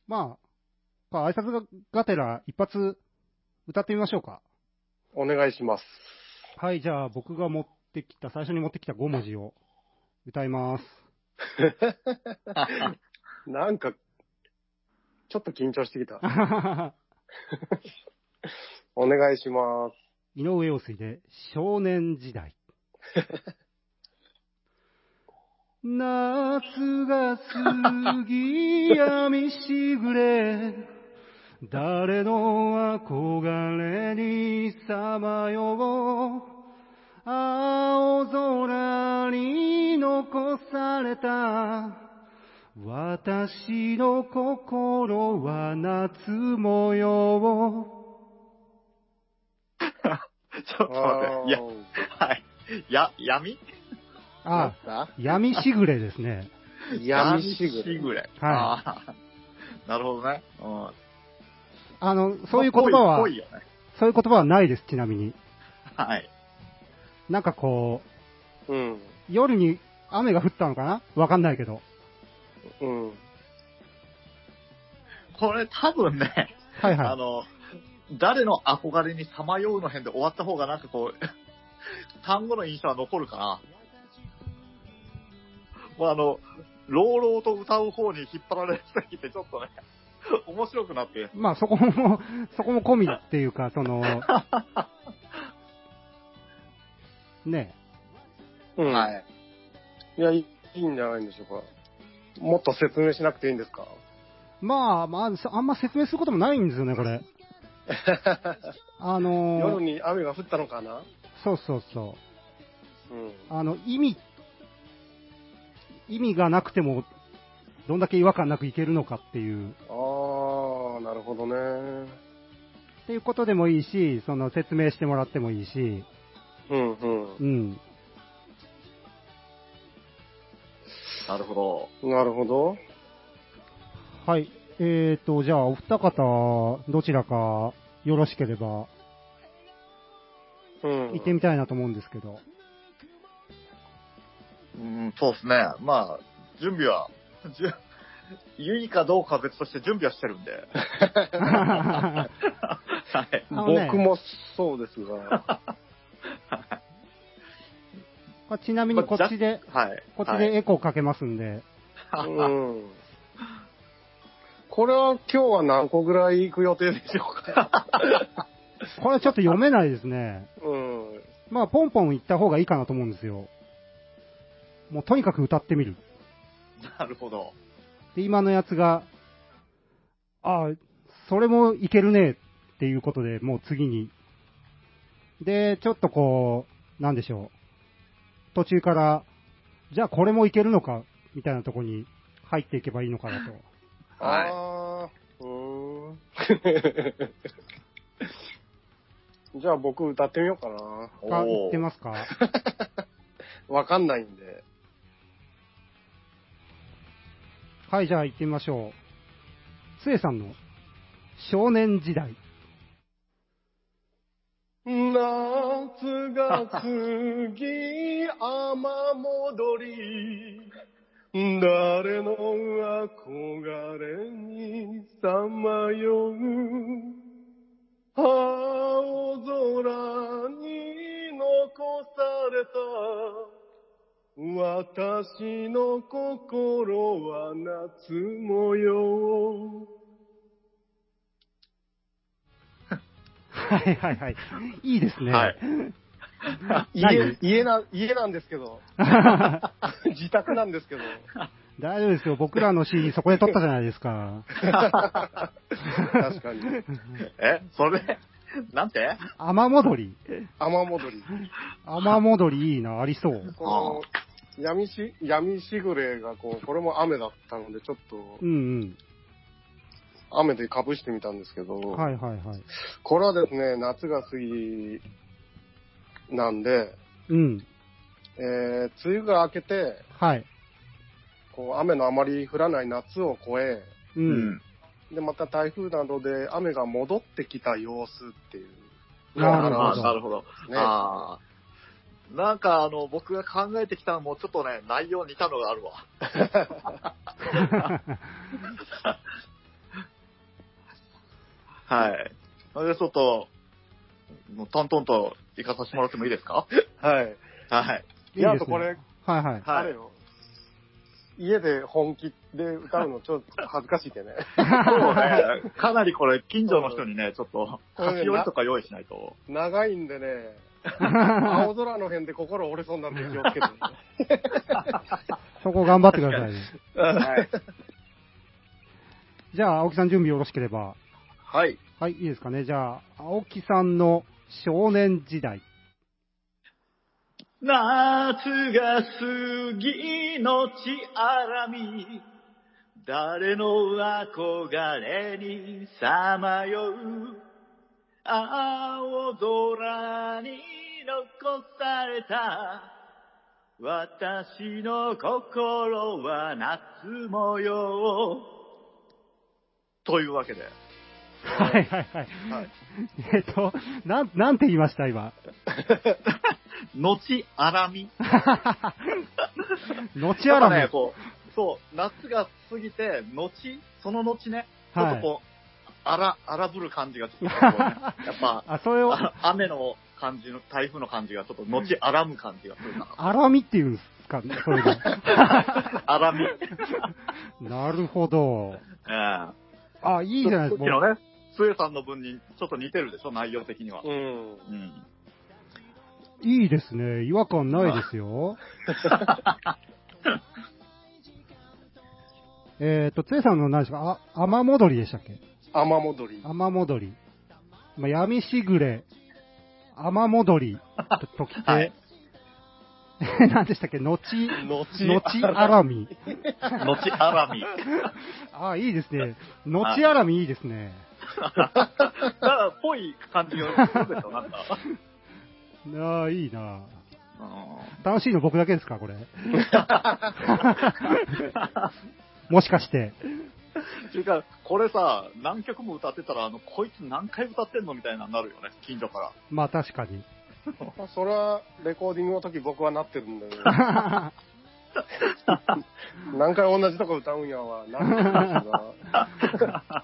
[SPEAKER 1] まあ、か挨拶ががてら一発歌ってみましょうか。
[SPEAKER 2] お願いします。
[SPEAKER 1] はい、じゃあ僕が持ってきた、最初に持ってきた5文字を歌います。
[SPEAKER 2] なんか、ちょっと緊張して
[SPEAKER 3] (laughs)
[SPEAKER 2] きた。お願いします。
[SPEAKER 1] 井上陽水で少年時代。夏が過ぎ闇しぐれ誰の憧れにさまよう青空に残された私の心は夏模様
[SPEAKER 3] ちょっと待って。いや、はい。や、闇
[SPEAKER 1] あ、闇しぐれですね。
[SPEAKER 2] や、闇しぐ
[SPEAKER 3] 闇
[SPEAKER 2] れ。
[SPEAKER 3] ぐれ。
[SPEAKER 1] はい
[SPEAKER 3] あー。 (laughs) なるほどね。うん。
[SPEAKER 1] あの、そういう言葉
[SPEAKER 3] まあ
[SPEAKER 1] は
[SPEAKER 3] ぽ、いぽいよね。
[SPEAKER 1] そういう言葉はないです、ちなみに。
[SPEAKER 3] はい。
[SPEAKER 1] なんかこう、
[SPEAKER 2] うん。
[SPEAKER 1] 夜に雨が降ったのかなわかんないけど。
[SPEAKER 2] うん。
[SPEAKER 3] これ多分ね、
[SPEAKER 1] はい
[SPEAKER 3] あ
[SPEAKER 1] は
[SPEAKER 3] の、誰の憧れにさまようの辺で終わった方がなんかこう、 (laughs) 単語の印象は残るかな。まあ、あの、朗々と歌う方に引っ張られすぎてちょっとね、面白くなって
[SPEAKER 1] い。。まあそこも、 (laughs) そこも込みっていうか、そ
[SPEAKER 3] (laughs)
[SPEAKER 1] の、ね
[SPEAKER 2] うん。。
[SPEAKER 3] はいい。
[SPEAKER 2] や、いいいんじゃないんでしょうか。もっと説明しなくていいんですか
[SPEAKER 1] まあまあ、そあんま説明することもないんですよね、これ。あの
[SPEAKER 2] 夜、に雨が降ったのかな
[SPEAKER 1] そうそうそう。
[SPEAKER 2] うん。
[SPEAKER 1] あの、意味、意味がなくても、どんだけ違和感なくいけるのかっていう。
[SPEAKER 2] ああ、なるほどね。
[SPEAKER 1] っていうことでもいいし、その説明してもらってもいいし、
[SPEAKER 2] うんう
[SPEAKER 1] うん。
[SPEAKER 3] なるほど。
[SPEAKER 2] ん。なるほど。
[SPEAKER 1] はい。えーと、じゃあ、お二方、どちらか、よろしければ、
[SPEAKER 2] うん。
[SPEAKER 1] 行ってみたいなと思うんですけど。
[SPEAKER 3] うん、そうですね。まあ、準備は、 (laughs) じゅゆいかどうかは別として準備はしてるんで。
[SPEAKER 1] あ
[SPEAKER 3] はい。
[SPEAKER 1] のね
[SPEAKER 2] 僕もそうですが。
[SPEAKER 1] これちなみにこっちで、
[SPEAKER 3] はい。
[SPEAKER 1] こっち
[SPEAKER 3] はい
[SPEAKER 1] でエコーかけますんで、
[SPEAKER 2] うん。これは今日は何個ぐらい行く予定でしょうか
[SPEAKER 1] これちょっと読めないですね。
[SPEAKER 2] うん。
[SPEAKER 1] まあ、ポンポン行った方がいいかなと思うんですよ。もう、とにかく歌ってみる。
[SPEAKER 3] なるほど。
[SPEAKER 1] で、今のやつが、ああ、それもいけるね、っていうことで、もう次に。で、ちょっとこう、なんでしょう。途中から、じゃあこれもいけるのか、みたいなとこに入っていけばいいのかなと。
[SPEAKER 3] は
[SPEAKER 2] あーうー (laughs) ん。じゃあ僕歌ってみようかな。
[SPEAKER 3] い。
[SPEAKER 1] か、言っ
[SPEAKER 3] おー
[SPEAKER 1] てます
[SPEAKER 3] (laughs)
[SPEAKER 1] か
[SPEAKER 2] わかんないんで。
[SPEAKER 1] はい、じゃあ行ってみましょう。つえさんの、少年時代。
[SPEAKER 2] 夏が過ぎ、雨戻り。誰の憧れにさまよう。青空に残された。私の心は夏模様。
[SPEAKER 1] はいはいはい。いいですね。
[SPEAKER 3] はい
[SPEAKER 1] 何
[SPEAKER 2] 家、家な、家なんですけど。自宅なんですけど。
[SPEAKER 1] (laughs) 大丈夫ですよ。僕らの CD そこで撮ったじゃないですか。
[SPEAKER 2] 確かに。
[SPEAKER 3] えそれ、なんて
[SPEAKER 1] 雨戻り。
[SPEAKER 2] 雨戻り。
[SPEAKER 1] 雨戻りいいな、ありそう。
[SPEAKER 2] この、闇し、闇しぐれがこう、これも雨だったので、ちょっ
[SPEAKER 1] (laughs) う
[SPEAKER 2] と、
[SPEAKER 1] ん
[SPEAKER 2] 雨で被してみたんですけど、
[SPEAKER 1] うん。はいはいはい。
[SPEAKER 2] これはですね、夏が過ぎなんで、
[SPEAKER 1] うん。
[SPEAKER 2] えー、梅雨が明けて、
[SPEAKER 1] はい。
[SPEAKER 2] こう、雨のあまり降らない夏を越え、
[SPEAKER 1] う。。
[SPEAKER 3] うん
[SPEAKER 1] (laughs)
[SPEAKER 2] で、また台風などで雨が戻ってきた様子っていう。
[SPEAKER 1] なるほ
[SPEAKER 3] あ
[SPEAKER 1] ど
[SPEAKER 3] ーなるほど。
[SPEAKER 2] ね。
[SPEAKER 3] あーなんか、あの、僕が考えてきたのも、ちょっとね、内容似たのがあるわ。はい。それで、ちょっと、もうトントンと行かさせてもらってもいいですか
[SPEAKER 2] はい。
[SPEAKER 3] はい。
[SPEAKER 2] いや、あとこれ、
[SPEAKER 1] はい (laughs) はい。
[SPEAKER 2] あ
[SPEAKER 3] は
[SPEAKER 2] れ
[SPEAKER 3] い。
[SPEAKER 2] よ。家で本気で歌うのちょっと恥ずかしい
[SPEAKER 3] (laughs)
[SPEAKER 2] けどね。
[SPEAKER 3] そうね、かなりこれ、近所の人にね、ちょっと、
[SPEAKER 2] うん
[SPEAKER 3] 菓子折りとか用意しないと。
[SPEAKER 2] 長いんでね、青空の辺で心折れそうなんで気をつけて。
[SPEAKER 1] そこ頑張ってください。
[SPEAKER 3] はい。
[SPEAKER 1] じゃあ、青木さん準備よろしければ。
[SPEAKER 2] はい。
[SPEAKER 1] はい、いいですかね。じゃあ、青木さんの少年時代。
[SPEAKER 3] 夏が過ぎのちあらみ、誰の憧れにさまよう、青空に残された、私の心は夏模様。というわけで。
[SPEAKER 1] はいはいはい
[SPEAKER 3] (laughs) はい。
[SPEAKER 1] (laughs) えっと、なん、なんて言いました、 (laughs) 今。
[SPEAKER 3] 後あらみ。
[SPEAKER 1] 後
[SPEAKER 3] や
[SPEAKER 1] あ
[SPEAKER 3] っぱね、
[SPEAKER 1] ら
[SPEAKER 3] こう、そう、夏が過ぎて、後、その後ね、ちょ
[SPEAKER 1] はい
[SPEAKER 3] っとこう、荒、荒ぶる感じがちょっとこうね、やっぱ、
[SPEAKER 1] あ、それ (laughs) を、
[SPEAKER 3] あ雨の感じの、台風の感じがちょっと後荒む感じがするな。
[SPEAKER 1] あらみって言うんですかね、それが。
[SPEAKER 3] 荒み。
[SPEAKER 1] なるほど。
[SPEAKER 3] え
[SPEAKER 1] あ、い
[SPEAKER 3] え
[SPEAKER 1] いじゃないです
[SPEAKER 3] さ
[SPEAKER 1] か
[SPEAKER 3] っき。のね、スエさんの分にちょっと似てるでしょ、内容的には。
[SPEAKER 2] うん。
[SPEAKER 3] うん。
[SPEAKER 1] いいですね。違和感ないです
[SPEAKER 3] (laughs)
[SPEAKER 1] よ。えっと、つえさんの何でしたかあ、雨戻りでしたっけ
[SPEAKER 2] 雨戻り。
[SPEAKER 1] 雨戻り。まあ、闇しぐれ、雨戻りとときて、
[SPEAKER 3] はい
[SPEAKER 1] (laughs) 何でしたっけ後、
[SPEAKER 2] 後
[SPEAKER 1] 後あらみ。
[SPEAKER 3] (laughs) 後荒み。
[SPEAKER 1] あ、いいですね。後あらみいいですね。
[SPEAKER 3] だから、ぽい感じがするでしょ、なんか。
[SPEAKER 1] ああ、いいな。
[SPEAKER 3] うん
[SPEAKER 1] 楽しいの僕だけですか、こ
[SPEAKER 3] (laughs)
[SPEAKER 1] れ。 (laughs) もしかして。
[SPEAKER 3] ていうか、これさ、何曲も歌ってたら、あの、こいつ何回歌ってんのみたいなのになるよね、近所から。
[SPEAKER 1] まあ確かに。
[SPEAKER 2] まあそれは、レコーディングの時僕はなってるんで、
[SPEAKER 1] (laughs)
[SPEAKER 2] 何回同じとこ歌うんやは、なってるんです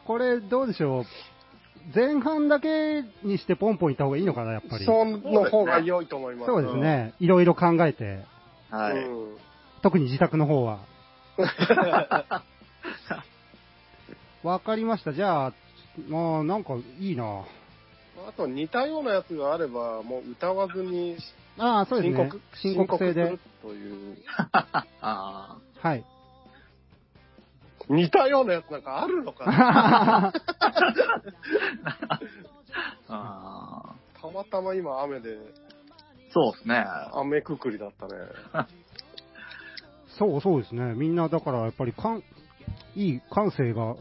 [SPEAKER 1] これどうでしょう。前半だけにしてポンポンいった方がいいのかな、やっぱり。
[SPEAKER 2] が、その方が良いと思います。
[SPEAKER 1] そうですね。いろいろ考えて。
[SPEAKER 3] は
[SPEAKER 2] う
[SPEAKER 3] い。
[SPEAKER 2] ん
[SPEAKER 1] 特に自宅の方は。
[SPEAKER 2] (laughs)
[SPEAKER 1] わかりました。じゃあ、まあなんかいいな。
[SPEAKER 2] あと似たようなやつがあれば、もう歌わずに
[SPEAKER 1] ああ、そうです
[SPEAKER 2] 申
[SPEAKER 1] ね
[SPEAKER 2] 告、。
[SPEAKER 1] 申告制
[SPEAKER 2] 申
[SPEAKER 1] で
[SPEAKER 2] 告。するという。
[SPEAKER 3] あ
[SPEAKER 1] はい。
[SPEAKER 2] 似たようなやつなんかあるのか (laughs) な
[SPEAKER 3] ーあ
[SPEAKER 2] たまたま今雨で、
[SPEAKER 3] ー。そうですね。
[SPEAKER 2] 雨くくりだったね。
[SPEAKER 1] そうそうですね。みんなだからやっぱり感、いい感性が。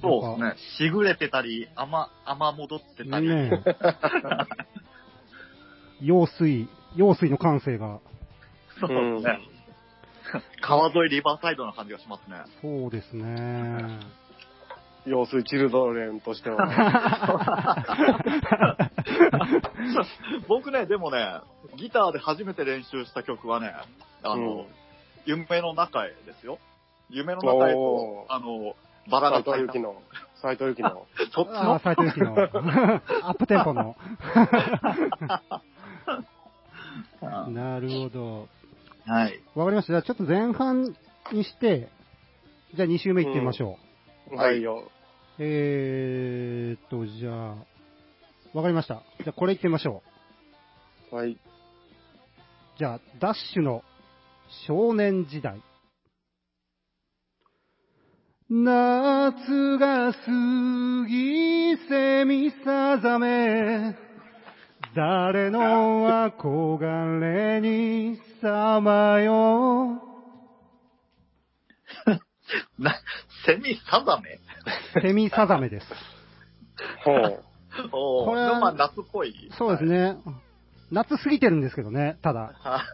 [SPEAKER 3] そうですね。しぐれてたり、雨、雨戻ってたり。
[SPEAKER 1] ねえ。
[SPEAKER 3] (laughs)
[SPEAKER 1] 用水、用水の感性が。
[SPEAKER 3] そうですね。 (laughs) 川沿いリバーサイドな感じがしますね。 (laughs)
[SPEAKER 1] そうです (laughs) ね。
[SPEAKER 2] 用水チルドレンとして (laughs) は。
[SPEAKER 3] 僕ね、でもね、ギターで初めて練習した曲はね、あの、
[SPEAKER 2] うん
[SPEAKER 3] 夢の中へですよ。夢の中へと
[SPEAKER 2] お、ー
[SPEAKER 3] あの、バラが
[SPEAKER 2] 斎
[SPEAKER 3] 咲い
[SPEAKER 2] 藤由
[SPEAKER 3] た
[SPEAKER 2] 貴。の、斎藤由貴の。
[SPEAKER 3] そっち
[SPEAKER 1] あ
[SPEAKER 3] の
[SPEAKER 1] あ、最低期 (laughs) の。アップテンポの。なるほど。
[SPEAKER 3] はい。
[SPEAKER 1] わかりました。じゃあちょっと前半にして、じゃあ2周目行ってみましょ
[SPEAKER 3] はい
[SPEAKER 2] はいよ。
[SPEAKER 1] う。えーっと、じゃあ、わかりました。じゃあこれ行ってみましょ
[SPEAKER 2] はい。
[SPEAKER 1] う。じゃあ、ダッシュの少年時代。夏が過ぎ、蝉さざめ。誰の憧れにさまよう。
[SPEAKER 3] な、セミサザメ
[SPEAKER 1] セミサザメです。
[SPEAKER 2] ほう。
[SPEAKER 3] お
[SPEAKER 1] こ
[SPEAKER 3] お。
[SPEAKER 1] れ
[SPEAKER 3] (laughs) でもまあ夏っぽい。
[SPEAKER 1] そうですね。夏過ぎてるんですけどね、ただ。
[SPEAKER 3] はい。 (laughs)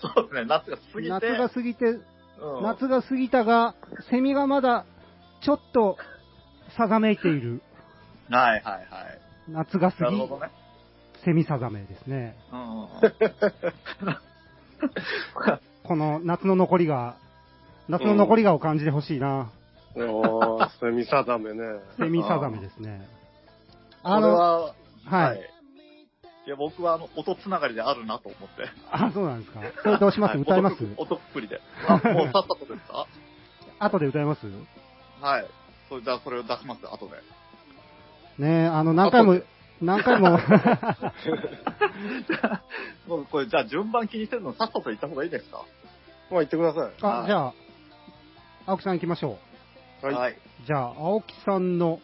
[SPEAKER 3] そうですね、夏が過ぎて。
[SPEAKER 1] 夏が過ぎて、
[SPEAKER 3] うん
[SPEAKER 1] 夏が過ぎたが、セミがまだちょっとさざめいている。
[SPEAKER 3] はいはいはい。
[SPEAKER 1] 夏が過
[SPEAKER 3] なる
[SPEAKER 1] ぎ
[SPEAKER 3] ほ、どね。
[SPEAKER 1] セミサザメですね。
[SPEAKER 3] うんうんうん。
[SPEAKER 1] この夏の残りが、夏の残りがを感じてほしいな。
[SPEAKER 2] おー、セミサザメね。
[SPEAKER 1] セミサザメですね。
[SPEAKER 3] こ
[SPEAKER 1] あ
[SPEAKER 3] れ
[SPEAKER 1] の、
[SPEAKER 3] は、
[SPEAKER 1] はい。
[SPEAKER 3] いや、僕はあの、音つながりであるなと思って。
[SPEAKER 1] あ、そうなんですか。それどうします
[SPEAKER 3] はい
[SPEAKER 1] 歌います
[SPEAKER 3] 音く音っぷりで。あ、もうさっさとです
[SPEAKER 1] (laughs)
[SPEAKER 3] か
[SPEAKER 1] 後で歌います
[SPEAKER 3] はい。それじゃあ、それを出します、後で。
[SPEAKER 1] ねえ、あの、何回
[SPEAKER 3] 後
[SPEAKER 1] も
[SPEAKER 3] で、
[SPEAKER 1] 何回
[SPEAKER 3] (laughs)
[SPEAKER 1] も、
[SPEAKER 3] もうこれ、じゃあ、順番気にせずのさっさと行った方がいいですか
[SPEAKER 2] まあ、行ってくださ
[SPEAKER 1] あ、じゃあ、青木さん行きましょう。
[SPEAKER 2] い。はい。
[SPEAKER 3] い。
[SPEAKER 1] じゃあ、青木さんの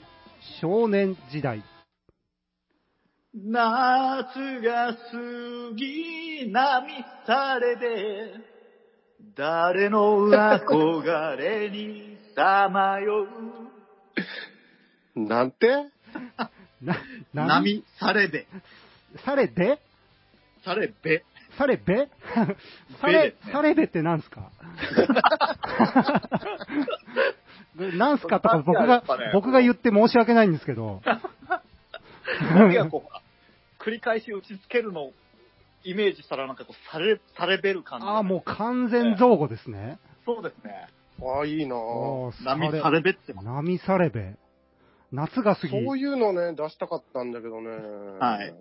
[SPEAKER 1] 少年時代。
[SPEAKER 3] 夏が過ぎ、波されで、誰の憧れにさまよう。
[SPEAKER 2] なんて
[SPEAKER 1] な、
[SPEAKER 3] 波されで、
[SPEAKER 1] されで
[SPEAKER 3] されべ。
[SPEAKER 1] されべされ
[SPEAKER 3] べです、ね
[SPEAKER 1] されべってなんすかなんすかとか僕
[SPEAKER 3] やっ
[SPEAKER 1] が
[SPEAKER 3] ぱね、
[SPEAKER 1] 僕が言って申し訳ないんですけど。
[SPEAKER 3] 波がこう、 (laughs) 繰り返し打ちつけるのをイメージしたらなんかこう、され、されべる感じ。
[SPEAKER 1] ああ、もう完全造語ですね。
[SPEAKER 3] そうですね。
[SPEAKER 2] ああ、いいなぁ
[SPEAKER 1] おー
[SPEAKER 3] 波されべって (laughs) ます。
[SPEAKER 1] 波されべ。夏が過ぎ。
[SPEAKER 2] そういうのね、出したかったんだけどね。
[SPEAKER 3] はい。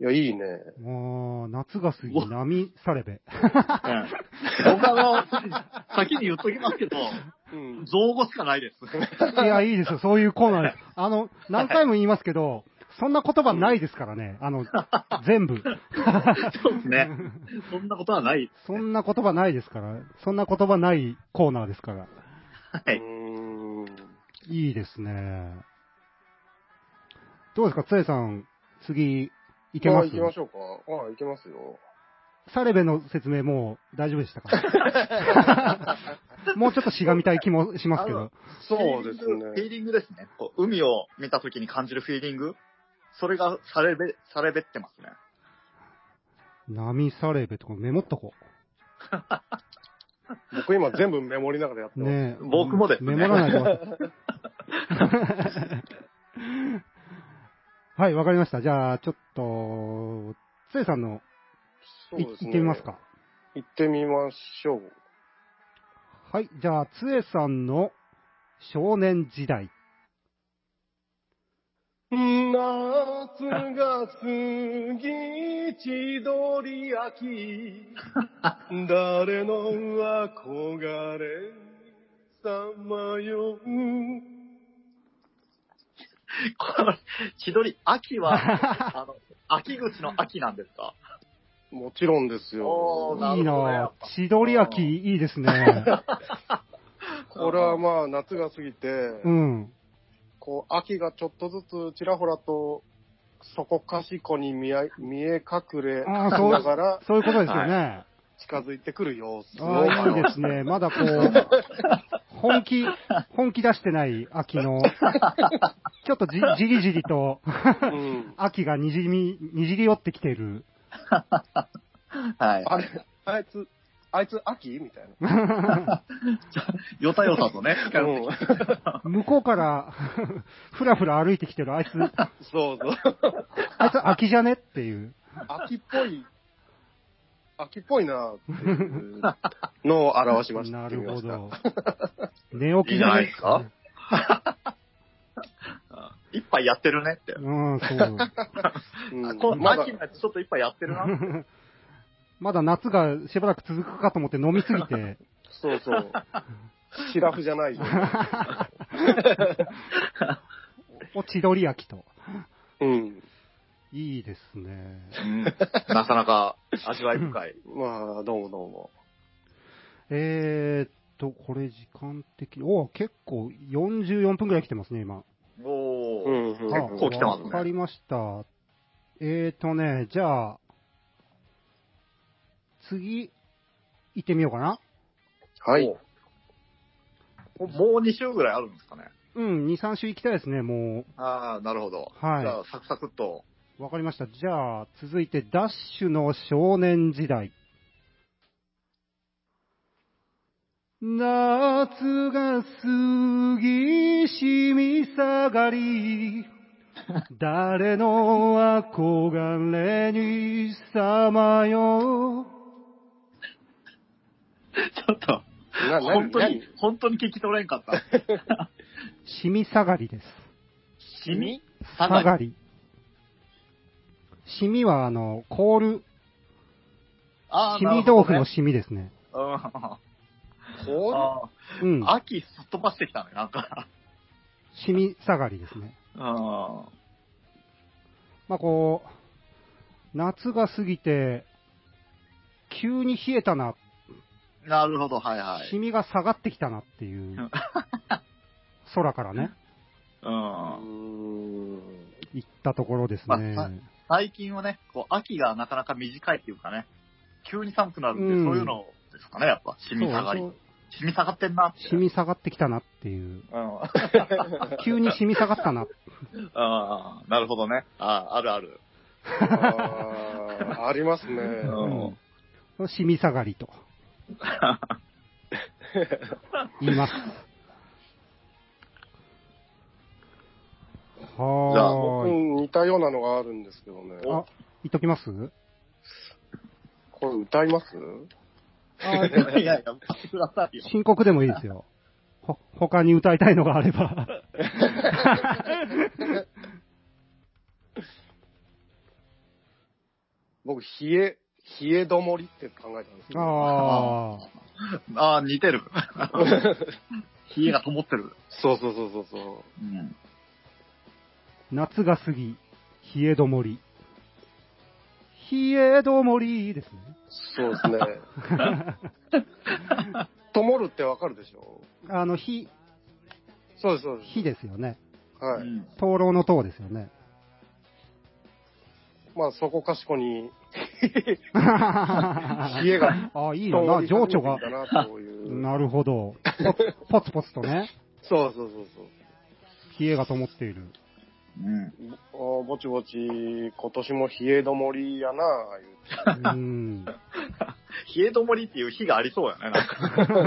[SPEAKER 2] いや、いいね。
[SPEAKER 1] もう夏が過ぎ、
[SPEAKER 3] うわ
[SPEAKER 1] 波されべ。
[SPEAKER 3] ええ僕はあの、先に言っときますけど、
[SPEAKER 2] うん。
[SPEAKER 3] 造語しかないです。 (laughs)
[SPEAKER 1] いや、いいですよ。そういうコーナーです。あの、何回も言いますけど、そんな言葉ないですからね。あの、全部。
[SPEAKER 3] そうですね。そんなことはない。
[SPEAKER 1] そんな言葉ないですから。そんな言葉ないコーナーですから。
[SPEAKER 3] は
[SPEAKER 2] う
[SPEAKER 3] い。
[SPEAKER 2] ーん
[SPEAKER 1] いいですね。どうですか、つえさん、次、いけま
[SPEAKER 2] あ
[SPEAKER 1] す
[SPEAKER 2] 行きましょうか。ああ、行きますよ。
[SPEAKER 1] サレベの説明もう大丈夫でしたか
[SPEAKER 2] (laughs)
[SPEAKER 1] もうちょっとしがみたい気もしますけ
[SPEAKER 3] あ
[SPEAKER 1] ど
[SPEAKER 3] の。
[SPEAKER 2] そうです
[SPEAKER 3] フィーリングフィ
[SPEAKER 2] ね。
[SPEAKER 3] ーリングですね。こう海を見た時に感じるフィーリング。それがされべ、されべってますね。 (laughs)
[SPEAKER 1] 波サレベとかメモっとこ
[SPEAKER 2] 僕今全部メモりながらやって
[SPEAKER 1] う。
[SPEAKER 2] ます。
[SPEAKER 1] ねえ
[SPEAKER 3] 僕もですね
[SPEAKER 1] メモらないとわかんないはい、わかりました。じゃあ、ちょっと、つえさんの、
[SPEAKER 2] そう
[SPEAKER 1] い
[SPEAKER 2] です
[SPEAKER 1] 行
[SPEAKER 2] ね
[SPEAKER 1] っ。てみますか。。
[SPEAKER 2] 行ってみましょう。
[SPEAKER 1] はい、じゃあ、つえさんの少年時代。
[SPEAKER 2] (laughs) 夏が過ぎ、千鳥秋。誰の憧れ、さまよう。
[SPEAKER 3] これ、千鳥、秋
[SPEAKER 2] (laughs)
[SPEAKER 3] は、あの、秋口の秋なんですか
[SPEAKER 2] もちろんです
[SPEAKER 3] お
[SPEAKER 2] よ
[SPEAKER 3] ー。ない
[SPEAKER 1] い
[SPEAKER 3] るほどねや
[SPEAKER 1] な
[SPEAKER 3] っぱ
[SPEAKER 1] ぁ。千鳥秋、いいですね。
[SPEAKER 3] (laughs)
[SPEAKER 2] これはまあ夏が過ぎて、
[SPEAKER 1] うん。
[SPEAKER 2] こう秋がちょっとずつちらほらと、そこかしこに見え見え隠れ
[SPEAKER 1] あー
[SPEAKER 2] し
[SPEAKER 1] そう
[SPEAKER 2] ながら
[SPEAKER 1] そういうことですよね。
[SPEAKER 2] 近づいてくる様子
[SPEAKER 1] あ
[SPEAKER 2] の
[SPEAKER 1] あ、いいですね。まだこ
[SPEAKER 3] (laughs)
[SPEAKER 1] う、本気、本気出してない秋の、ちょっとじじりじりと、
[SPEAKER 2] うん
[SPEAKER 1] 秋がにじみ、にじり寄ってきている。
[SPEAKER 3] はい。
[SPEAKER 2] あれ、あいつ、あいつ秋みたいな。
[SPEAKER 3] よたよたとね、近
[SPEAKER 2] (laughs)
[SPEAKER 3] 寄ってきて
[SPEAKER 1] 向こうから、 (laughs) ふらふら歩いてきてるあいつ、
[SPEAKER 2] そうそう。
[SPEAKER 1] あいつ秋じゃねっていう。
[SPEAKER 2] 秋っぽい、秋っぽいなっていうのを表しました。
[SPEAKER 1] なるほ
[SPEAKER 2] 見ま
[SPEAKER 1] ど。寝起きじゃね
[SPEAKER 3] いいじゃないで一杯やってるねって。
[SPEAKER 1] うん、そう。
[SPEAKER 2] した。うん
[SPEAKER 3] この
[SPEAKER 2] まだ
[SPEAKER 3] 秋のやつちょっと一杯やってるな。
[SPEAKER 1] (laughs) まだ夏がしばらく続くかと思って飲みすぎ
[SPEAKER 3] (laughs)
[SPEAKER 1] て、
[SPEAKER 2] そうそう。シラフじゃないよ。
[SPEAKER 1] お千鳥焼きと。
[SPEAKER 2] うん。
[SPEAKER 1] いいですね。
[SPEAKER 3] うんなかなか味わい深い。
[SPEAKER 2] まあ、どうもどうも。
[SPEAKER 1] えーっと、これ時間的に、おお、結構44分ぐらい来てますね、今。
[SPEAKER 3] お
[SPEAKER 2] う
[SPEAKER 3] ー。
[SPEAKER 2] ん、うん。
[SPEAKER 1] あ
[SPEAKER 3] 結構来てますね
[SPEAKER 1] わかりました。えーっとね、じゃあ、次、行ってみようかな。
[SPEAKER 2] はい。
[SPEAKER 3] お。もう2週ぐらいあるんですかね。
[SPEAKER 1] うん、2、3週行きたいですね、も
[SPEAKER 3] ああ、なるほど。
[SPEAKER 1] はい
[SPEAKER 3] じゃあ、サクサクっ
[SPEAKER 2] (laughs)
[SPEAKER 3] と。
[SPEAKER 1] う。わかりました。じゃあ、続いて、ダッシュの少年時代。夏が過ぎ、染み下がり、
[SPEAKER 3] (laughs)
[SPEAKER 1] 誰の憧れにさまよう。
[SPEAKER 3] ちょっと、
[SPEAKER 2] な、な、
[SPEAKER 3] 本当に
[SPEAKER 2] な、
[SPEAKER 3] 本当に聞き取れんかった。
[SPEAKER 1] 染み下がりです。
[SPEAKER 3] シミ
[SPEAKER 1] 下がり。染みは、あの、凍る、
[SPEAKER 3] ああ、
[SPEAKER 1] 染み豆腐
[SPEAKER 3] な
[SPEAKER 1] の
[SPEAKER 3] る
[SPEAKER 1] 染みですね。
[SPEAKER 3] ほどねう
[SPEAKER 2] こ
[SPEAKER 3] ん
[SPEAKER 2] う
[SPEAKER 3] あ
[SPEAKER 1] うん
[SPEAKER 3] ー。秋すっ飛ばしてきたね、なんか。
[SPEAKER 1] 染み下がりですね。
[SPEAKER 3] うん。
[SPEAKER 1] まあ、こう、夏が過ぎて、急に冷えたな、
[SPEAKER 3] なるほど、はいはい。
[SPEAKER 1] 染みが下がってきたなって
[SPEAKER 3] (laughs)
[SPEAKER 1] いう、空からね、
[SPEAKER 3] うん。
[SPEAKER 2] ん。
[SPEAKER 1] 行ったところですね。
[SPEAKER 3] まあ最近はね、こう、秋がなかなか短いっていうかね、急に寒くなるんで、
[SPEAKER 1] うん
[SPEAKER 3] そういうのですかね、やっぱ、染み下がり
[SPEAKER 1] そう。
[SPEAKER 3] 染み下がってんなって。
[SPEAKER 1] 染み下がってきたなって
[SPEAKER 3] (laughs)
[SPEAKER 1] いう、
[SPEAKER 3] うん。あ
[SPEAKER 1] 急に染み下がったな。
[SPEAKER 3] あ、なるほどね。ああ、あるある。
[SPEAKER 2] あーありますね。
[SPEAKER 3] うん。
[SPEAKER 1] 染み下がり
[SPEAKER 3] (laughs)
[SPEAKER 1] と言います。
[SPEAKER 3] じゃあ
[SPEAKER 1] は
[SPEAKER 2] う
[SPEAKER 1] ーい。
[SPEAKER 2] ん、似たようなのがあるんですけどね。
[SPEAKER 1] あ、言っときます
[SPEAKER 3] (laughs)
[SPEAKER 2] これ歌います
[SPEAKER 1] あ
[SPEAKER 3] (laughs) いやいや、歌ってくださいよ。
[SPEAKER 1] 深刻でもいいですよ。ほ、他に歌いたいのがあれば。
[SPEAKER 2] 僕、冷え、冷えどもりって考えたんですよ。
[SPEAKER 1] ああ。
[SPEAKER 3] ああ、似
[SPEAKER 1] (laughs)
[SPEAKER 3] てる。冷えが灯ってる。
[SPEAKER 2] そうそうそうそうそう。
[SPEAKER 3] うん。
[SPEAKER 1] 夏が過ぎ、冷えどもり。冷えどもりですね。
[SPEAKER 2] そうですね。 (laughs) ともるってわかるでしょ
[SPEAKER 1] あの、火、
[SPEAKER 2] そうです、そうで
[SPEAKER 1] 火ですよね。
[SPEAKER 2] す。は
[SPEAKER 3] う
[SPEAKER 2] い。
[SPEAKER 3] ん
[SPEAKER 1] 灯籠の塔ですよ (laughs) ね。
[SPEAKER 2] まあ、そこかしこに、
[SPEAKER 1] 冷
[SPEAKER 2] 冷えが、
[SPEAKER 1] あいいな、な情緒が
[SPEAKER 2] 通。り過ぎていたなという
[SPEAKER 1] なるほど。ポツポツポツとね、
[SPEAKER 2] そうそうそうそう。
[SPEAKER 1] 冷えが灯っている。
[SPEAKER 3] うん。
[SPEAKER 2] ぼぼちぼち、今年も冷えどもりやなあいう
[SPEAKER 1] うーん。
[SPEAKER 3] 冷え灯りっていう日がありそうやね、なんか。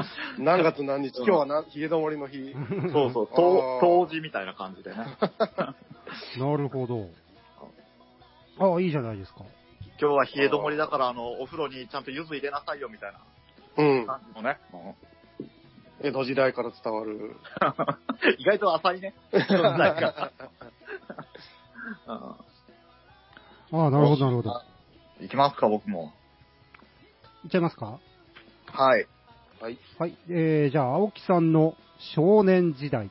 [SPEAKER 3] (laughs)
[SPEAKER 1] (laughs)
[SPEAKER 2] うん何月何日、今日はな冷えどもりの日。
[SPEAKER 3] そうそう、
[SPEAKER 2] あー
[SPEAKER 3] とう冬至みたいな感じでね。
[SPEAKER 1] (laughs) なるほど。ああ、いいじゃないです (laughs) か。
[SPEAKER 3] 今日は冷え灯りだから、あの、お風呂にちゃんと柚子入れなさいよ、みたい
[SPEAKER 2] うん
[SPEAKER 3] な。感じのね。
[SPEAKER 2] 江戸時代から伝わる。
[SPEAKER 3] 意外と浅いね。なんかう
[SPEAKER 1] ああ、なるほど、なるほど。
[SPEAKER 3] んいきますか、僕も。
[SPEAKER 1] いっちゃいますか
[SPEAKER 3] はい。
[SPEAKER 2] はい。
[SPEAKER 1] はい。えー、じゃあ、青木さんの少年時代。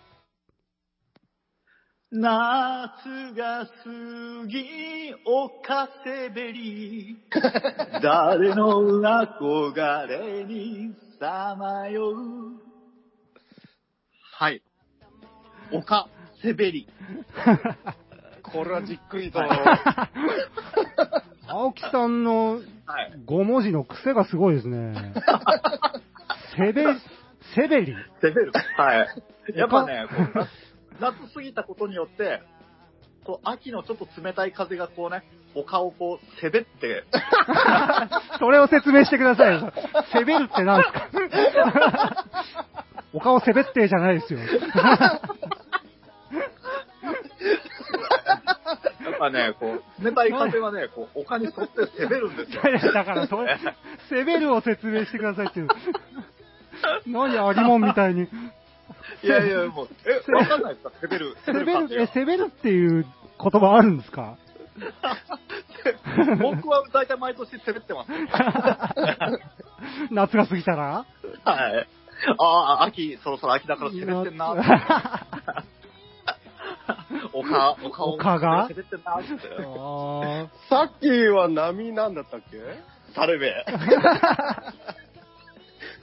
[SPEAKER 3] 夏が過ぎ、おかせべ (laughs) り。誰の憧れにさまよう。はい。おかせべり。
[SPEAKER 2] (laughs) これはじっくりと、
[SPEAKER 1] 青木さんの
[SPEAKER 3] はい。
[SPEAKER 1] 5文字の癖がすごいですね。セベ、セベリ。
[SPEAKER 3] せべる。 (laughs) はい。やっぱね、こう夏夏過ぎたことによって、こう秋のちょっと冷たい風がこうね、お顔をこう、せべって、
[SPEAKER 1] それを説明してくださいよ。セベルって何ですかお顔セベってじゃないですよ。
[SPEAKER 3] やっぱね、こう、冷たい風はね、こう、丘に沿って攻めるんです
[SPEAKER 1] い
[SPEAKER 3] よ。
[SPEAKER 1] やいやだからそれ、セベルを説明してくださいっていう。何ありもんみたいに。
[SPEAKER 3] いやいや、もう、え、わかんないですか攻める、
[SPEAKER 1] セ
[SPEAKER 3] 攻
[SPEAKER 1] ベ
[SPEAKER 3] める感じ
[SPEAKER 1] ル、え
[SPEAKER 3] が、。
[SPEAKER 1] セベルっていう言葉あるんですか
[SPEAKER 3] 僕は大体毎年滑ってます。
[SPEAKER 1] (laughs) 夏が過ぎたら
[SPEAKER 3] はい。ああ、秋、そろそろ秋だから滑ってんなって。おか、おか
[SPEAKER 1] おかが
[SPEAKER 3] 滑ってんなって。
[SPEAKER 1] あ
[SPEAKER 2] さっきは波なんだったっけ
[SPEAKER 3] 猿べ。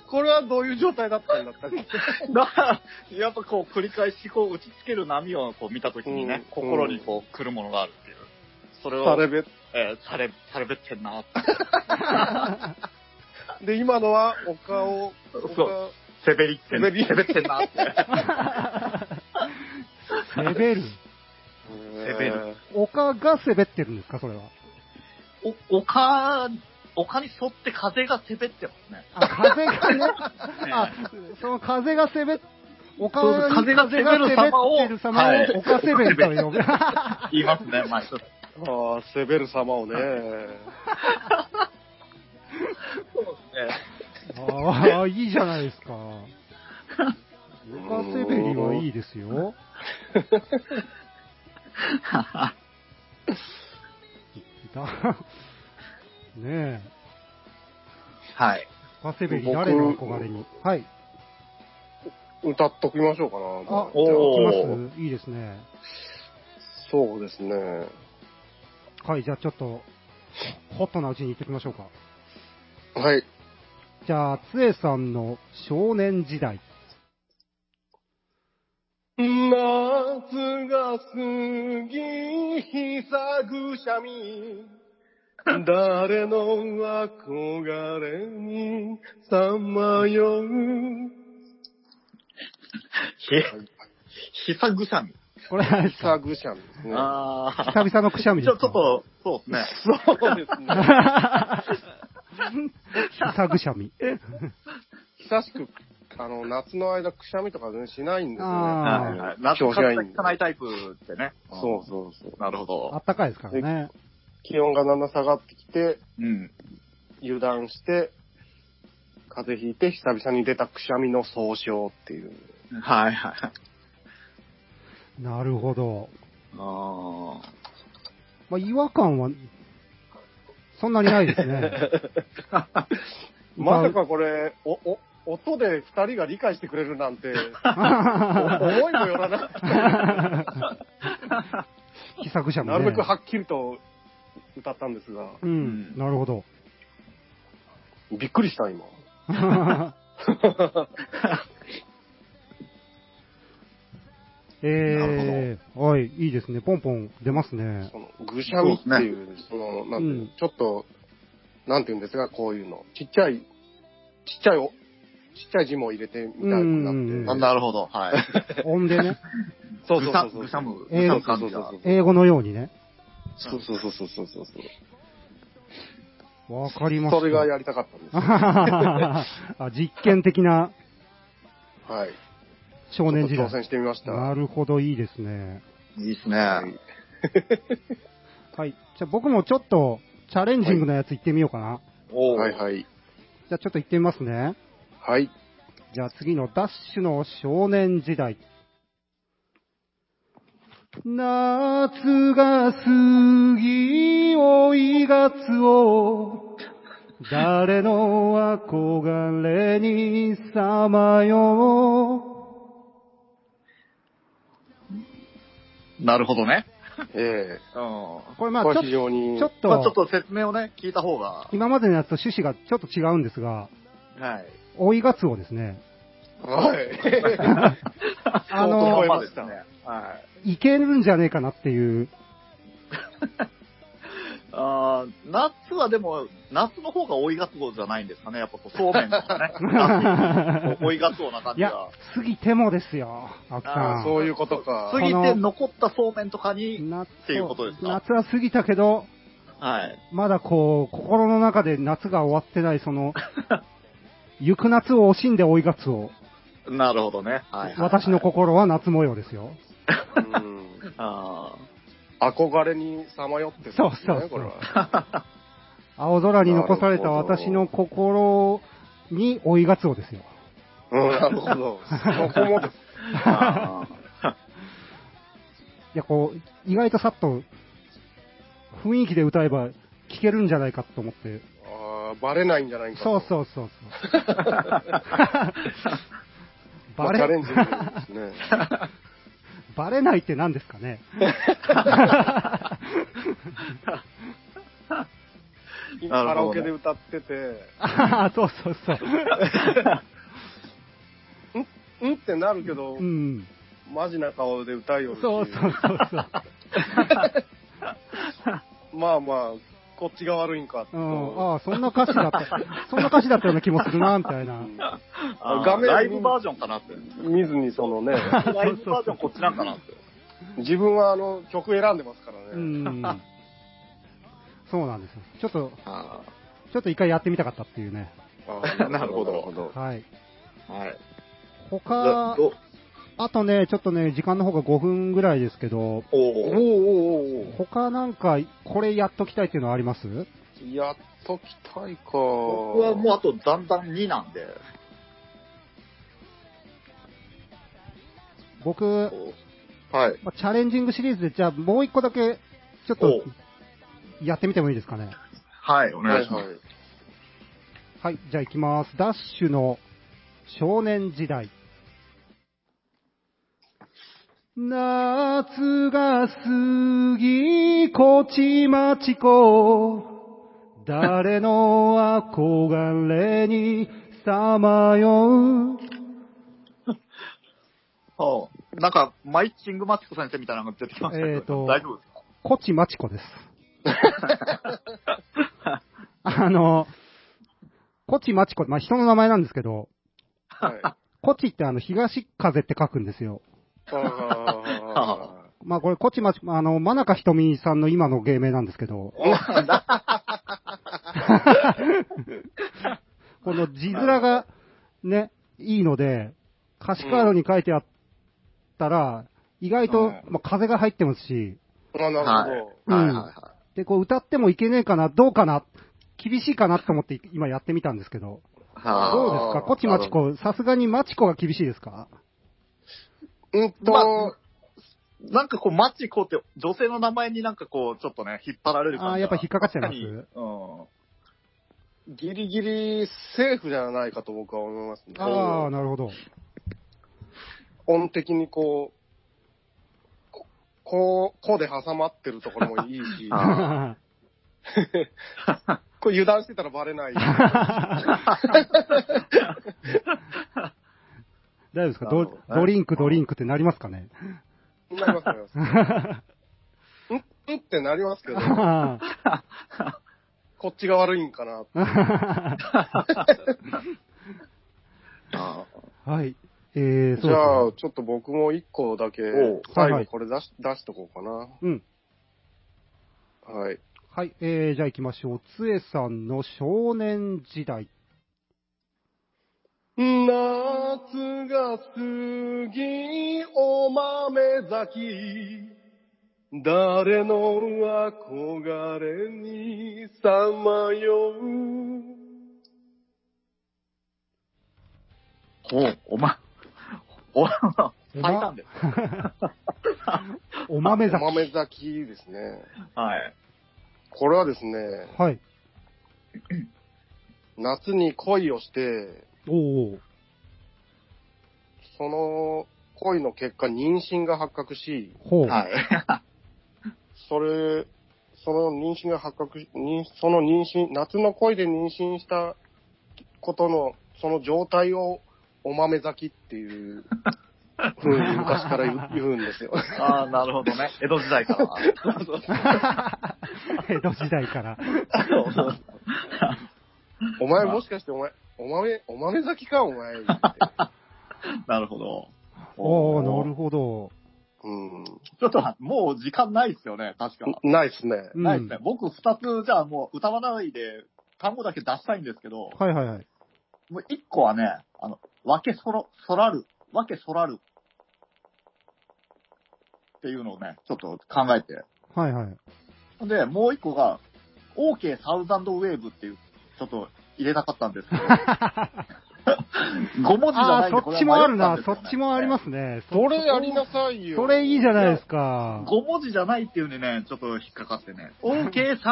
[SPEAKER 2] これはどういう状態だったんだったっけ
[SPEAKER 3] なやっぱこう繰り返しこう打ちつける波をこう見たときにね、
[SPEAKER 2] うん
[SPEAKER 3] 心にこう来るものがあるっていう。それを、
[SPEAKER 2] サレベ。
[SPEAKER 3] えー、され、されべってんなって。
[SPEAKER 2] で、今のは、お顔、
[SPEAKER 3] そう
[SPEAKER 2] お顔
[SPEAKER 3] せべりってん
[SPEAKER 2] (laughs) せべり
[SPEAKER 3] せべってんなって。
[SPEAKER 1] あ、レベル。
[SPEAKER 3] レベル
[SPEAKER 1] 丘が滑ってるんですか、それは。
[SPEAKER 3] (laughs) お、丘、丘に沿って風がせべってますね。
[SPEAKER 1] あ、風がね、あ、その風が攻め、丘に
[SPEAKER 3] そう風が攻める様を
[SPEAKER 1] 風が攻めてる様
[SPEAKER 3] はい
[SPEAKER 1] を丘攻めと呼ぶ。
[SPEAKER 3] 言い (laughs) ますね、毎年。
[SPEAKER 2] ああ、セベル様をね。
[SPEAKER 3] そうですね。
[SPEAKER 1] ああ、いいじゃないですか。丘攻めにはいいですよ。だねえ、
[SPEAKER 3] はい。
[SPEAKER 1] 丘攻めに誰の憧れに。はい。
[SPEAKER 2] 歌っときましょうかな。
[SPEAKER 1] あ、
[SPEAKER 2] じゃ
[SPEAKER 3] おー
[SPEAKER 1] じゃあ来ますいいですね。
[SPEAKER 2] そうですね。
[SPEAKER 1] はい、じゃあちょっと、ホットなうちに行ってきましょうか。
[SPEAKER 2] はい。
[SPEAKER 1] じゃあ、つえさんの少年時代。
[SPEAKER 2] 夏が過ぎ、ひさぐしゃみ。誰の憧れにさまよう。
[SPEAKER 3] ひ、ひさぐさみ。
[SPEAKER 1] これ、久
[SPEAKER 2] ひさぐしゃみですね。
[SPEAKER 3] ああ。
[SPEAKER 1] 々のくしゃみ
[SPEAKER 3] ち
[SPEAKER 1] で
[SPEAKER 3] ょ
[SPEAKER 1] す
[SPEAKER 3] っと、ちょ
[SPEAKER 1] (laughs) か。
[SPEAKER 3] っとそうですね。
[SPEAKER 2] そうですね。
[SPEAKER 1] (laughs) ひさぐしゃみ。
[SPEAKER 2] 久しく、あの、夏の間、くしゃみとか全然しないんですよね。
[SPEAKER 1] あー
[SPEAKER 3] はいはい。夏
[SPEAKER 2] 表現
[SPEAKER 3] かないタイプってね。
[SPEAKER 2] そうそうそう。
[SPEAKER 3] う。なるほ
[SPEAKER 1] あ
[SPEAKER 3] ど。
[SPEAKER 1] ったかいですからね。
[SPEAKER 2] 気温がだんだん下がってきて、
[SPEAKER 3] うん。
[SPEAKER 2] 油断して、風邪ひいて、久々に出たくしゃみの総称っていう。
[SPEAKER 3] はいはい。
[SPEAKER 1] なるほど。
[SPEAKER 3] あ
[SPEAKER 1] まあ、違和感は、そんなにないですね。
[SPEAKER 2] (laughs) まさかこれ、お、お、音で二人が理解してくれるなんて、思いもよら
[SPEAKER 1] (laughs)
[SPEAKER 2] なく
[SPEAKER 1] ひさぐしゃみ、ね。
[SPEAKER 2] なるべくはっきりと歌ったんですが、
[SPEAKER 1] う、
[SPEAKER 3] うんん
[SPEAKER 1] なるほ
[SPEAKER 2] (laughs)
[SPEAKER 1] ど。
[SPEAKER 2] びっくりした、
[SPEAKER 1] (laughs)
[SPEAKER 2] 今。
[SPEAKER 1] えー、はい、いいですね。ポンポン出ます
[SPEAKER 2] (laughs)
[SPEAKER 1] ね。
[SPEAKER 2] その、ぐしゃみっていう、その、なんていうの
[SPEAKER 1] うん
[SPEAKER 2] ちょっと、なんていうんですか、こういうの。ちっちゃい、ちっちゃいお、ちっちゃい字も入れてみたくなっ
[SPEAKER 1] うんうんうん
[SPEAKER 2] て。
[SPEAKER 3] あ。なるほど。はい。
[SPEAKER 1] 音でね、
[SPEAKER 2] (laughs) そう
[SPEAKER 3] ぐ
[SPEAKER 2] そう
[SPEAKER 3] さ
[SPEAKER 2] そうそう。
[SPEAKER 3] ぐさむ。
[SPEAKER 1] えー
[SPEAKER 3] ぐさむ感じ
[SPEAKER 2] そう
[SPEAKER 3] が
[SPEAKER 2] そう。そう
[SPEAKER 1] 英語のようにね。
[SPEAKER 2] そうそうそうそうそうそうそう。
[SPEAKER 1] わかりました。
[SPEAKER 2] それがやりたかったんです。
[SPEAKER 1] (laughs) あ実験的な
[SPEAKER 2] はい。
[SPEAKER 1] 少年時
[SPEAKER 2] ちょっと挑
[SPEAKER 1] 代。
[SPEAKER 2] 戦してみました。
[SPEAKER 1] なるほど、いいですね。
[SPEAKER 3] いいですね。
[SPEAKER 2] はい
[SPEAKER 1] はい。じゃあ僕もちょっとチャレンジングなやつ行ってみようかな。
[SPEAKER 3] おー
[SPEAKER 2] はいはい。
[SPEAKER 1] じゃあちょっと行ってみますね。
[SPEAKER 2] はい。
[SPEAKER 1] じゃあ次のダッシュの少年時代。夏が過ぎ追いがつを誰の憧れにさまよ
[SPEAKER 3] なるほどね。
[SPEAKER 2] ええ
[SPEAKER 3] うん。
[SPEAKER 1] う。これまあ
[SPEAKER 2] こ
[SPEAKER 1] ち
[SPEAKER 2] れ
[SPEAKER 1] ょっ
[SPEAKER 2] は非常に。
[SPEAKER 1] ちょっと、
[SPEAKER 3] まあちょっと説明をね、聞いた方が。
[SPEAKER 1] 今までのやつと趣旨がちょっと違うんですが、
[SPEAKER 3] はい。
[SPEAKER 1] 追いがつをですね、
[SPEAKER 2] はい。
[SPEAKER 1] あ
[SPEAKER 2] そう
[SPEAKER 1] の
[SPEAKER 2] 思
[SPEAKER 1] ー、
[SPEAKER 2] いまし
[SPEAKER 3] そ
[SPEAKER 2] た
[SPEAKER 3] うですね。はい。
[SPEAKER 1] いけるんじゃねえかなっていう、
[SPEAKER 3] あー夏はでも、夏の方が追いがつおじゃないんですかね。やっぱこう、そうめんとかね。夏追いがつおな感
[SPEAKER 1] い
[SPEAKER 3] じ
[SPEAKER 1] や
[SPEAKER 3] が。、
[SPEAKER 1] 過ぎてもですよ、青木
[SPEAKER 3] あ
[SPEAKER 1] さ
[SPEAKER 3] ー
[SPEAKER 1] ん。
[SPEAKER 2] そういうことか。
[SPEAKER 3] 過ぎて残ったそうめんとかに、
[SPEAKER 1] 夏
[SPEAKER 3] っていうことですか
[SPEAKER 1] 夏は過ぎたけど、
[SPEAKER 3] はい。
[SPEAKER 1] まだこう、心の中で夏が終わってない、そ
[SPEAKER 2] (laughs)
[SPEAKER 1] の、行く夏を惜しんで追いがつを、
[SPEAKER 3] なるほどね。はいはい、はい。
[SPEAKER 1] 私の心は夏模様ですよ。
[SPEAKER 2] うん
[SPEAKER 3] あ
[SPEAKER 2] 憧れにさまよってるんです
[SPEAKER 1] そう
[SPEAKER 2] ね
[SPEAKER 1] そうそう
[SPEAKER 2] これは。
[SPEAKER 1] 青空に残された
[SPEAKER 2] なるほど
[SPEAKER 1] 私の心に追いがつをですよ。
[SPEAKER 2] うん、なるほど。そこもです。
[SPEAKER 3] ーあー。
[SPEAKER 1] いや、こう、意外とさっと、雰囲気で歌えば、けるんじゃないかと思って。
[SPEAKER 2] ああ、バレないんじゃないか
[SPEAKER 1] そう
[SPEAKER 2] う。
[SPEAKER 1] そうそうそう。
[SPEAKER 2] (laughs) ま
[SPEAKER 1] バ
[SPEAKER 2] あチャレン
[SPEAKER 1] レ
[SPEAKER 2] ジ、
[SPEAKER 1] (laughs)
[SPEAKER 2] です
[SPEAKER 3] (laughs)
[SPEAKER 2] ね。
[SPEAKER 1] バレないって何ですかね。
[SPEAKER 2] 今カ
[SPEAKER 3] なる
[SPEAKER 2] ラ
[SPEAKER 3] ほ
[SPEAKER 2] オ
[SPEAKER 3] どね
[SPEAKER 2] ケで歌ってて、
[SPEAKER 1] ああ、そうそうそう。
[SPEAKER 2] うんってなるけど、
[SPEAKER 1] うん。
[SPEAKER 2] マジな顔で歌いよるし
[SPEAKER 1] そうそうそうそう。
[SPEAKER 2] まあまあ、こっちが悪いんかと。
[SPEAKER 1] うん、ああ、そんな歌詞だった。そんな歌詞だったような気もするな、みたいな。
[SPEAKER 3] あー
[SPEAKER 2] 画面
[SPEAKER 3] ライブバージョンかな (laughs) って。
[SPEAKER 2] 見ずにそ
[SPEAKER 1] (laughs)
[SPEAKER 2] のね、
[SPEAKER 3] ライブバージョンこっちなんかなって。
[SPEAKER 2] 自分はあの曲選んでますからね。
[SPEAKER 1] うん。そうなんですよ。ちょっと、
[SPEAKER 3] あ
[SPEAKER 1] ちょっと一回やってみたかったっていうね。
[SPEAKER 2] あ
[SPEAKER 3] ー (laughs) なるほど
[SPEAKER 2] なるほど。
[SPEAKER 1] はい。
[SPEAKER 3] ーはい。
[SPEAKER 1] 他、
[SPEAKER 3] ど
[SPEAKER 1] あとね、ちょっとね、時間の方が5分ぐらいですけど、
[SPEAKER 3] おお
[SPEAKER 2] おーおーおーお
[SPEAKER 1] 他なんか、これやっときたいっていうのはあります
[SPEAKER 2] ーやっときたいか。
[SPEAKER 3] 僕はもうあとだんだん2なんで。
[SPEAKER 1] 僕、
[SPEAKER 2] はい。
[SPEAKER 1] まあチャレンジングシリーズで、じゃあもう一個だけ、ちょっ
[SPEAKER 3] お
[SPEAKER 1] と、やってみてもいいですかね。
[SPEAKER 3] はい、お願いしま
[SPEAKER 2] は
[SPEAKER 3] す。
[SPEAKER 2] い
[SPEAKER 1] はい、じゃあ行きます。ダッシュの少年時代。夏が過ぎ、こちまちこ。誰の憧れにさまよう。
[SPEAKER 3] はあなんか、マイチングマチコ先生みたいなのが出てきましたけど、
[SPEAKER 1] えーと
[SPEAKER 3] 大丈夫ですか
[SPEAKER 1] こちまちこです。あの、こちまちこ、まあ、人の名前なんですけど、
[SPEAKER 2] はい。
[SPEAKER 1] こちってあの、東風って書くんですよ。
[SPEAKER 3] (laughs)
[SPEAKER 2] あ
[SPEAKER 1] まあこれ、こちまち、あの、真中瞳さんの今の芸名なんですけど。
[SPEAKER 3] (laughs)
[SPEAKER 1] この字面がね、いいので、歌詞カードに書いてあったら、意外
[SPEAKER 2] う
[SPEAKER 1] と
[SPEAKER 2] ん、
[SPEAKER 1] まあ風が入ってますし、
[SPEAKER 2] ーなるほど。
[SPEAKER 1] うん
[SPEAKER 3] はいはいはい。
[SPEAKER 1] で、こう歌ってもいけねえかな、どうかな、厳しいかなと思って今やってみたんですけど。
[SPEAKER 3] はあ
[SPEAKER 1] どうですかこちまちこ、さすがにまちこが厳しいですか
[SPEAKER 2] うん
[SPEAKER 3] ま
[SPEAKER 2] と、
[SPEAKER 3] なんかこう、マチコって女性の名前になんかこう、ちょっとね、引っ張られる感じが
[SPEAKER 1] あーやっぱ引っかかっちゃいます
[SPEAKER 3] 確かにうん。
[SPEAKER 2] ギリギリセーフじゃないかと僕は思いますね。
[SPEAKER 1] ああ、なるほど。
[SPEAKER 2] 音的にこう、ここう、こうで挟まってるところもいい
[SPEAKER 1] (laughs)
[SPEAKER 2] し、
[SPEAKER 3] あ
[SPEAKER 2] こう油断してたらバレない。
[SPEAKER 1] 大丈夫ですか
[SPEAKER 3] な
[SPEAKER 1] ド
[SPEAKER 3] るほど
[SPEAKER 1] ドリンク、ドリンクってなりますかね
[SPEAKER 2] なります、な
[SPEAKER 1] (laughs)
[SPEAKER 2] ります。うん、うんってなりますけど、
[SPEAKER 1] あ
[SPEAKER 2] こっちが悪いんかな。
[SPEAKER 1] あ
[SPEAKER 3] あ
[SPEAKER 1] (laughs) はい。えー、
[SPEAKER 2] じ
[SPEAKER 1] そうですね
[SPEAKER 2] ゃあ、ちょっと僕も一個だけ
[SPEAKER 3] おう、
[SPEAKER 1] は
[SPEAKER 2] 最
[SPEAKER 1] いは
[SPEAKER 2] 後
[SPEAKER 1] い
[SPEAKER 2] これ出し出しとこうかな。
[SPEAKER 1] うん。
[SPEAKER 2] はい。
[SPEAKER 1] はい。えー、じゃあ行きましょう。つえさんの少年時代。
[SPEAKER 2] 夏が過ぎお豆咲き誰の憧れにさまよう
[SPEAKER 3] ほう、おま、お、最短です。
[SPEAKER 1] お豆
[SPEAKER 2] お
[SPEAKER 1] 酒。
[SPEAKER 2] 豆咲きですね。
[SPEAKER 3] はい。
[SPEAKER 2] これはですね、
[SPEAKER 1] はい。
[SPEAKER 2] 夏に恋をして、
[SPEAKER 1] おー
[SPEAKER 2] その恋の結果妊娠が発覚し、
[SPEAKER 1] ほう。
[SPEAKER 3] はい。
[SPEAKER 1] (laughs)
[SPEAKER 2] それ、その妊娠が発覚し、妊その妊娠、夏の恋で妊娠したことの、その状態を、お豆咲きっ
[SPEAKER 1] (laughs)
[SPEAKER 2] ていう、ふうに昔から言う言うんですよ。
[SPEAKER 3] ああ、なるほどね。江戸時
[SPEAKER 1] (laughs)
[SPEAKER 3] 代から。
[SPEAKER 1] 江戸時代
[SPEAKER 3] (laughs)
[SPEAKER 1] から。
[SPEAKER 2] お前もしかしてお前、お豆、お豆咲きか、お
[SPEAKER 1] (laughs)
[SPEAKER 2] 前。って
[SPEAKER 3] なるほど。
[SPEAKER 1] おー、なるほど。
[SPEAKER 2] うん。
[SPEAKER 3] ちょっと、もう時間ないですよね、確か。
[SPEAKER 2] ないっすね。
[SPEAKER 1] うん
[SPEAKER 3] ないですね。僕二つ、じゃあもう歌わないで、単語だけ出したいんですけど、
[SPEAKER 1] はいはいはい。
[SPEAKER 3] もう一個はね、あの、わけそろ、そらる、わけそらる。っていうのをね、ちょっと考えて。
[SPEAKER 1] はいはい。
[SPEAKER 3] で、もう一個が、OK サウザンドウェーブっていう、ちょっと入れなかったんですけど、 5文字じゃ
[SPEAKER 1] あ
[SPEAKER 3] な
[SPEAKER 1] あ
[SPEAKER 3] い。
[SPEAKER 1] ー、そっちもあるな、そっちもありますすね。
[SPEAKER 2] それやりなさいよ。
[SPEAKER 1] それいいじゃ
[SPEAKER 2] い。
[SPEAKER 1] ないですか。
[SPEAKER 3] 5文字じゃないっていうのにね、ちょっと引っかかってね。OK3000 ウェ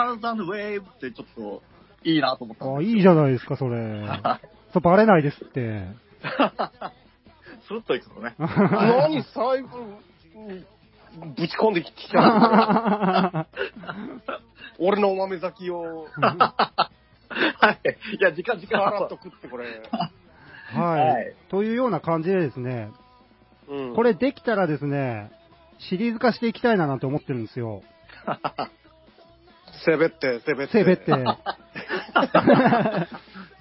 [SPEAKER 3] ーブってちょっといいなと思ったん
[SPEAKER 1] あ
[SPEAKER 3] で
[SPEAKER 1] いいじゃないですか、それ。そう、バレないですって。
[SPEAKER 3] す。スルッといくのね。
[SPEAKER 2] 何最後、ぶち込んできち
[SPEAKER 3] (laughs)
[SPEAKER 2] ゃう。俺のお豆咲
[SPEAKER 1] (laughs)
[SPEAKER 2] きを、
[SPEAKER 3] はい。いや、時間時
[SPEAKER 2] さ
[SPEAKER 3] 間。
[SPEAKER 2] らっと食って
[SPEAKER 1] (laughs)
[SPEAKER 2] これ。
[SPEAKER 1] はい、
[SPEAKER 3] はい
[SPEAKER 1] というような感じでですね、
[SPEAKER 2] うん
[SPEAKER 1] これできたらですね、シリーズ化していきたいななんて思ってるんですよ。
[SPEAKER 2] せべって、せべって。
[SPEAKER 1] せべっ
[SPEAKER 2] (laughs)
[SPEAKER 1] て。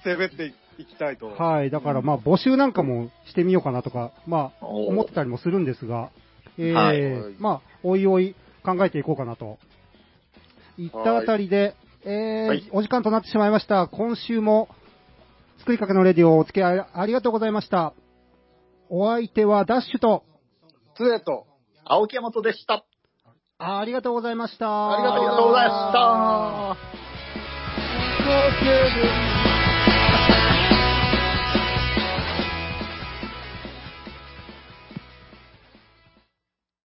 [SPEAKER 2] せべっていきたいと。
[SPEAKER 1] はい。だからまあ募集なんかもしてみようかなとか、まあ
[SPEAKER 3] おー
[SPEAKER 1] 思ってたりもするんですが、えー
[SPEAKER 3] はい
[SPEAKER 1] まあ、おいおい考えていこうかなと。いったあたりで、えー
[SPEAKER 3] はい
[SPEAKER 1] お時間となってしまいました。今週も、作りかけのレディオお付き合いありがとうございました。お相手はダッシュと、
[SPEAKER 2] つえと。
[SPEAKER 3] 青木山とでした。
[SPEAKER 1] あありがとうございました。
[SPEAKER 2] ありが
[SPEAKER 3] あ
[SPEAKER 2] と
[SPEAKER 3] り
[SPEAKER 2] うございま
[SPEAKER 3] が
[SPEAKER 2] す
[SPEAKER 3] とうございました。
[SPEAKER 2] かける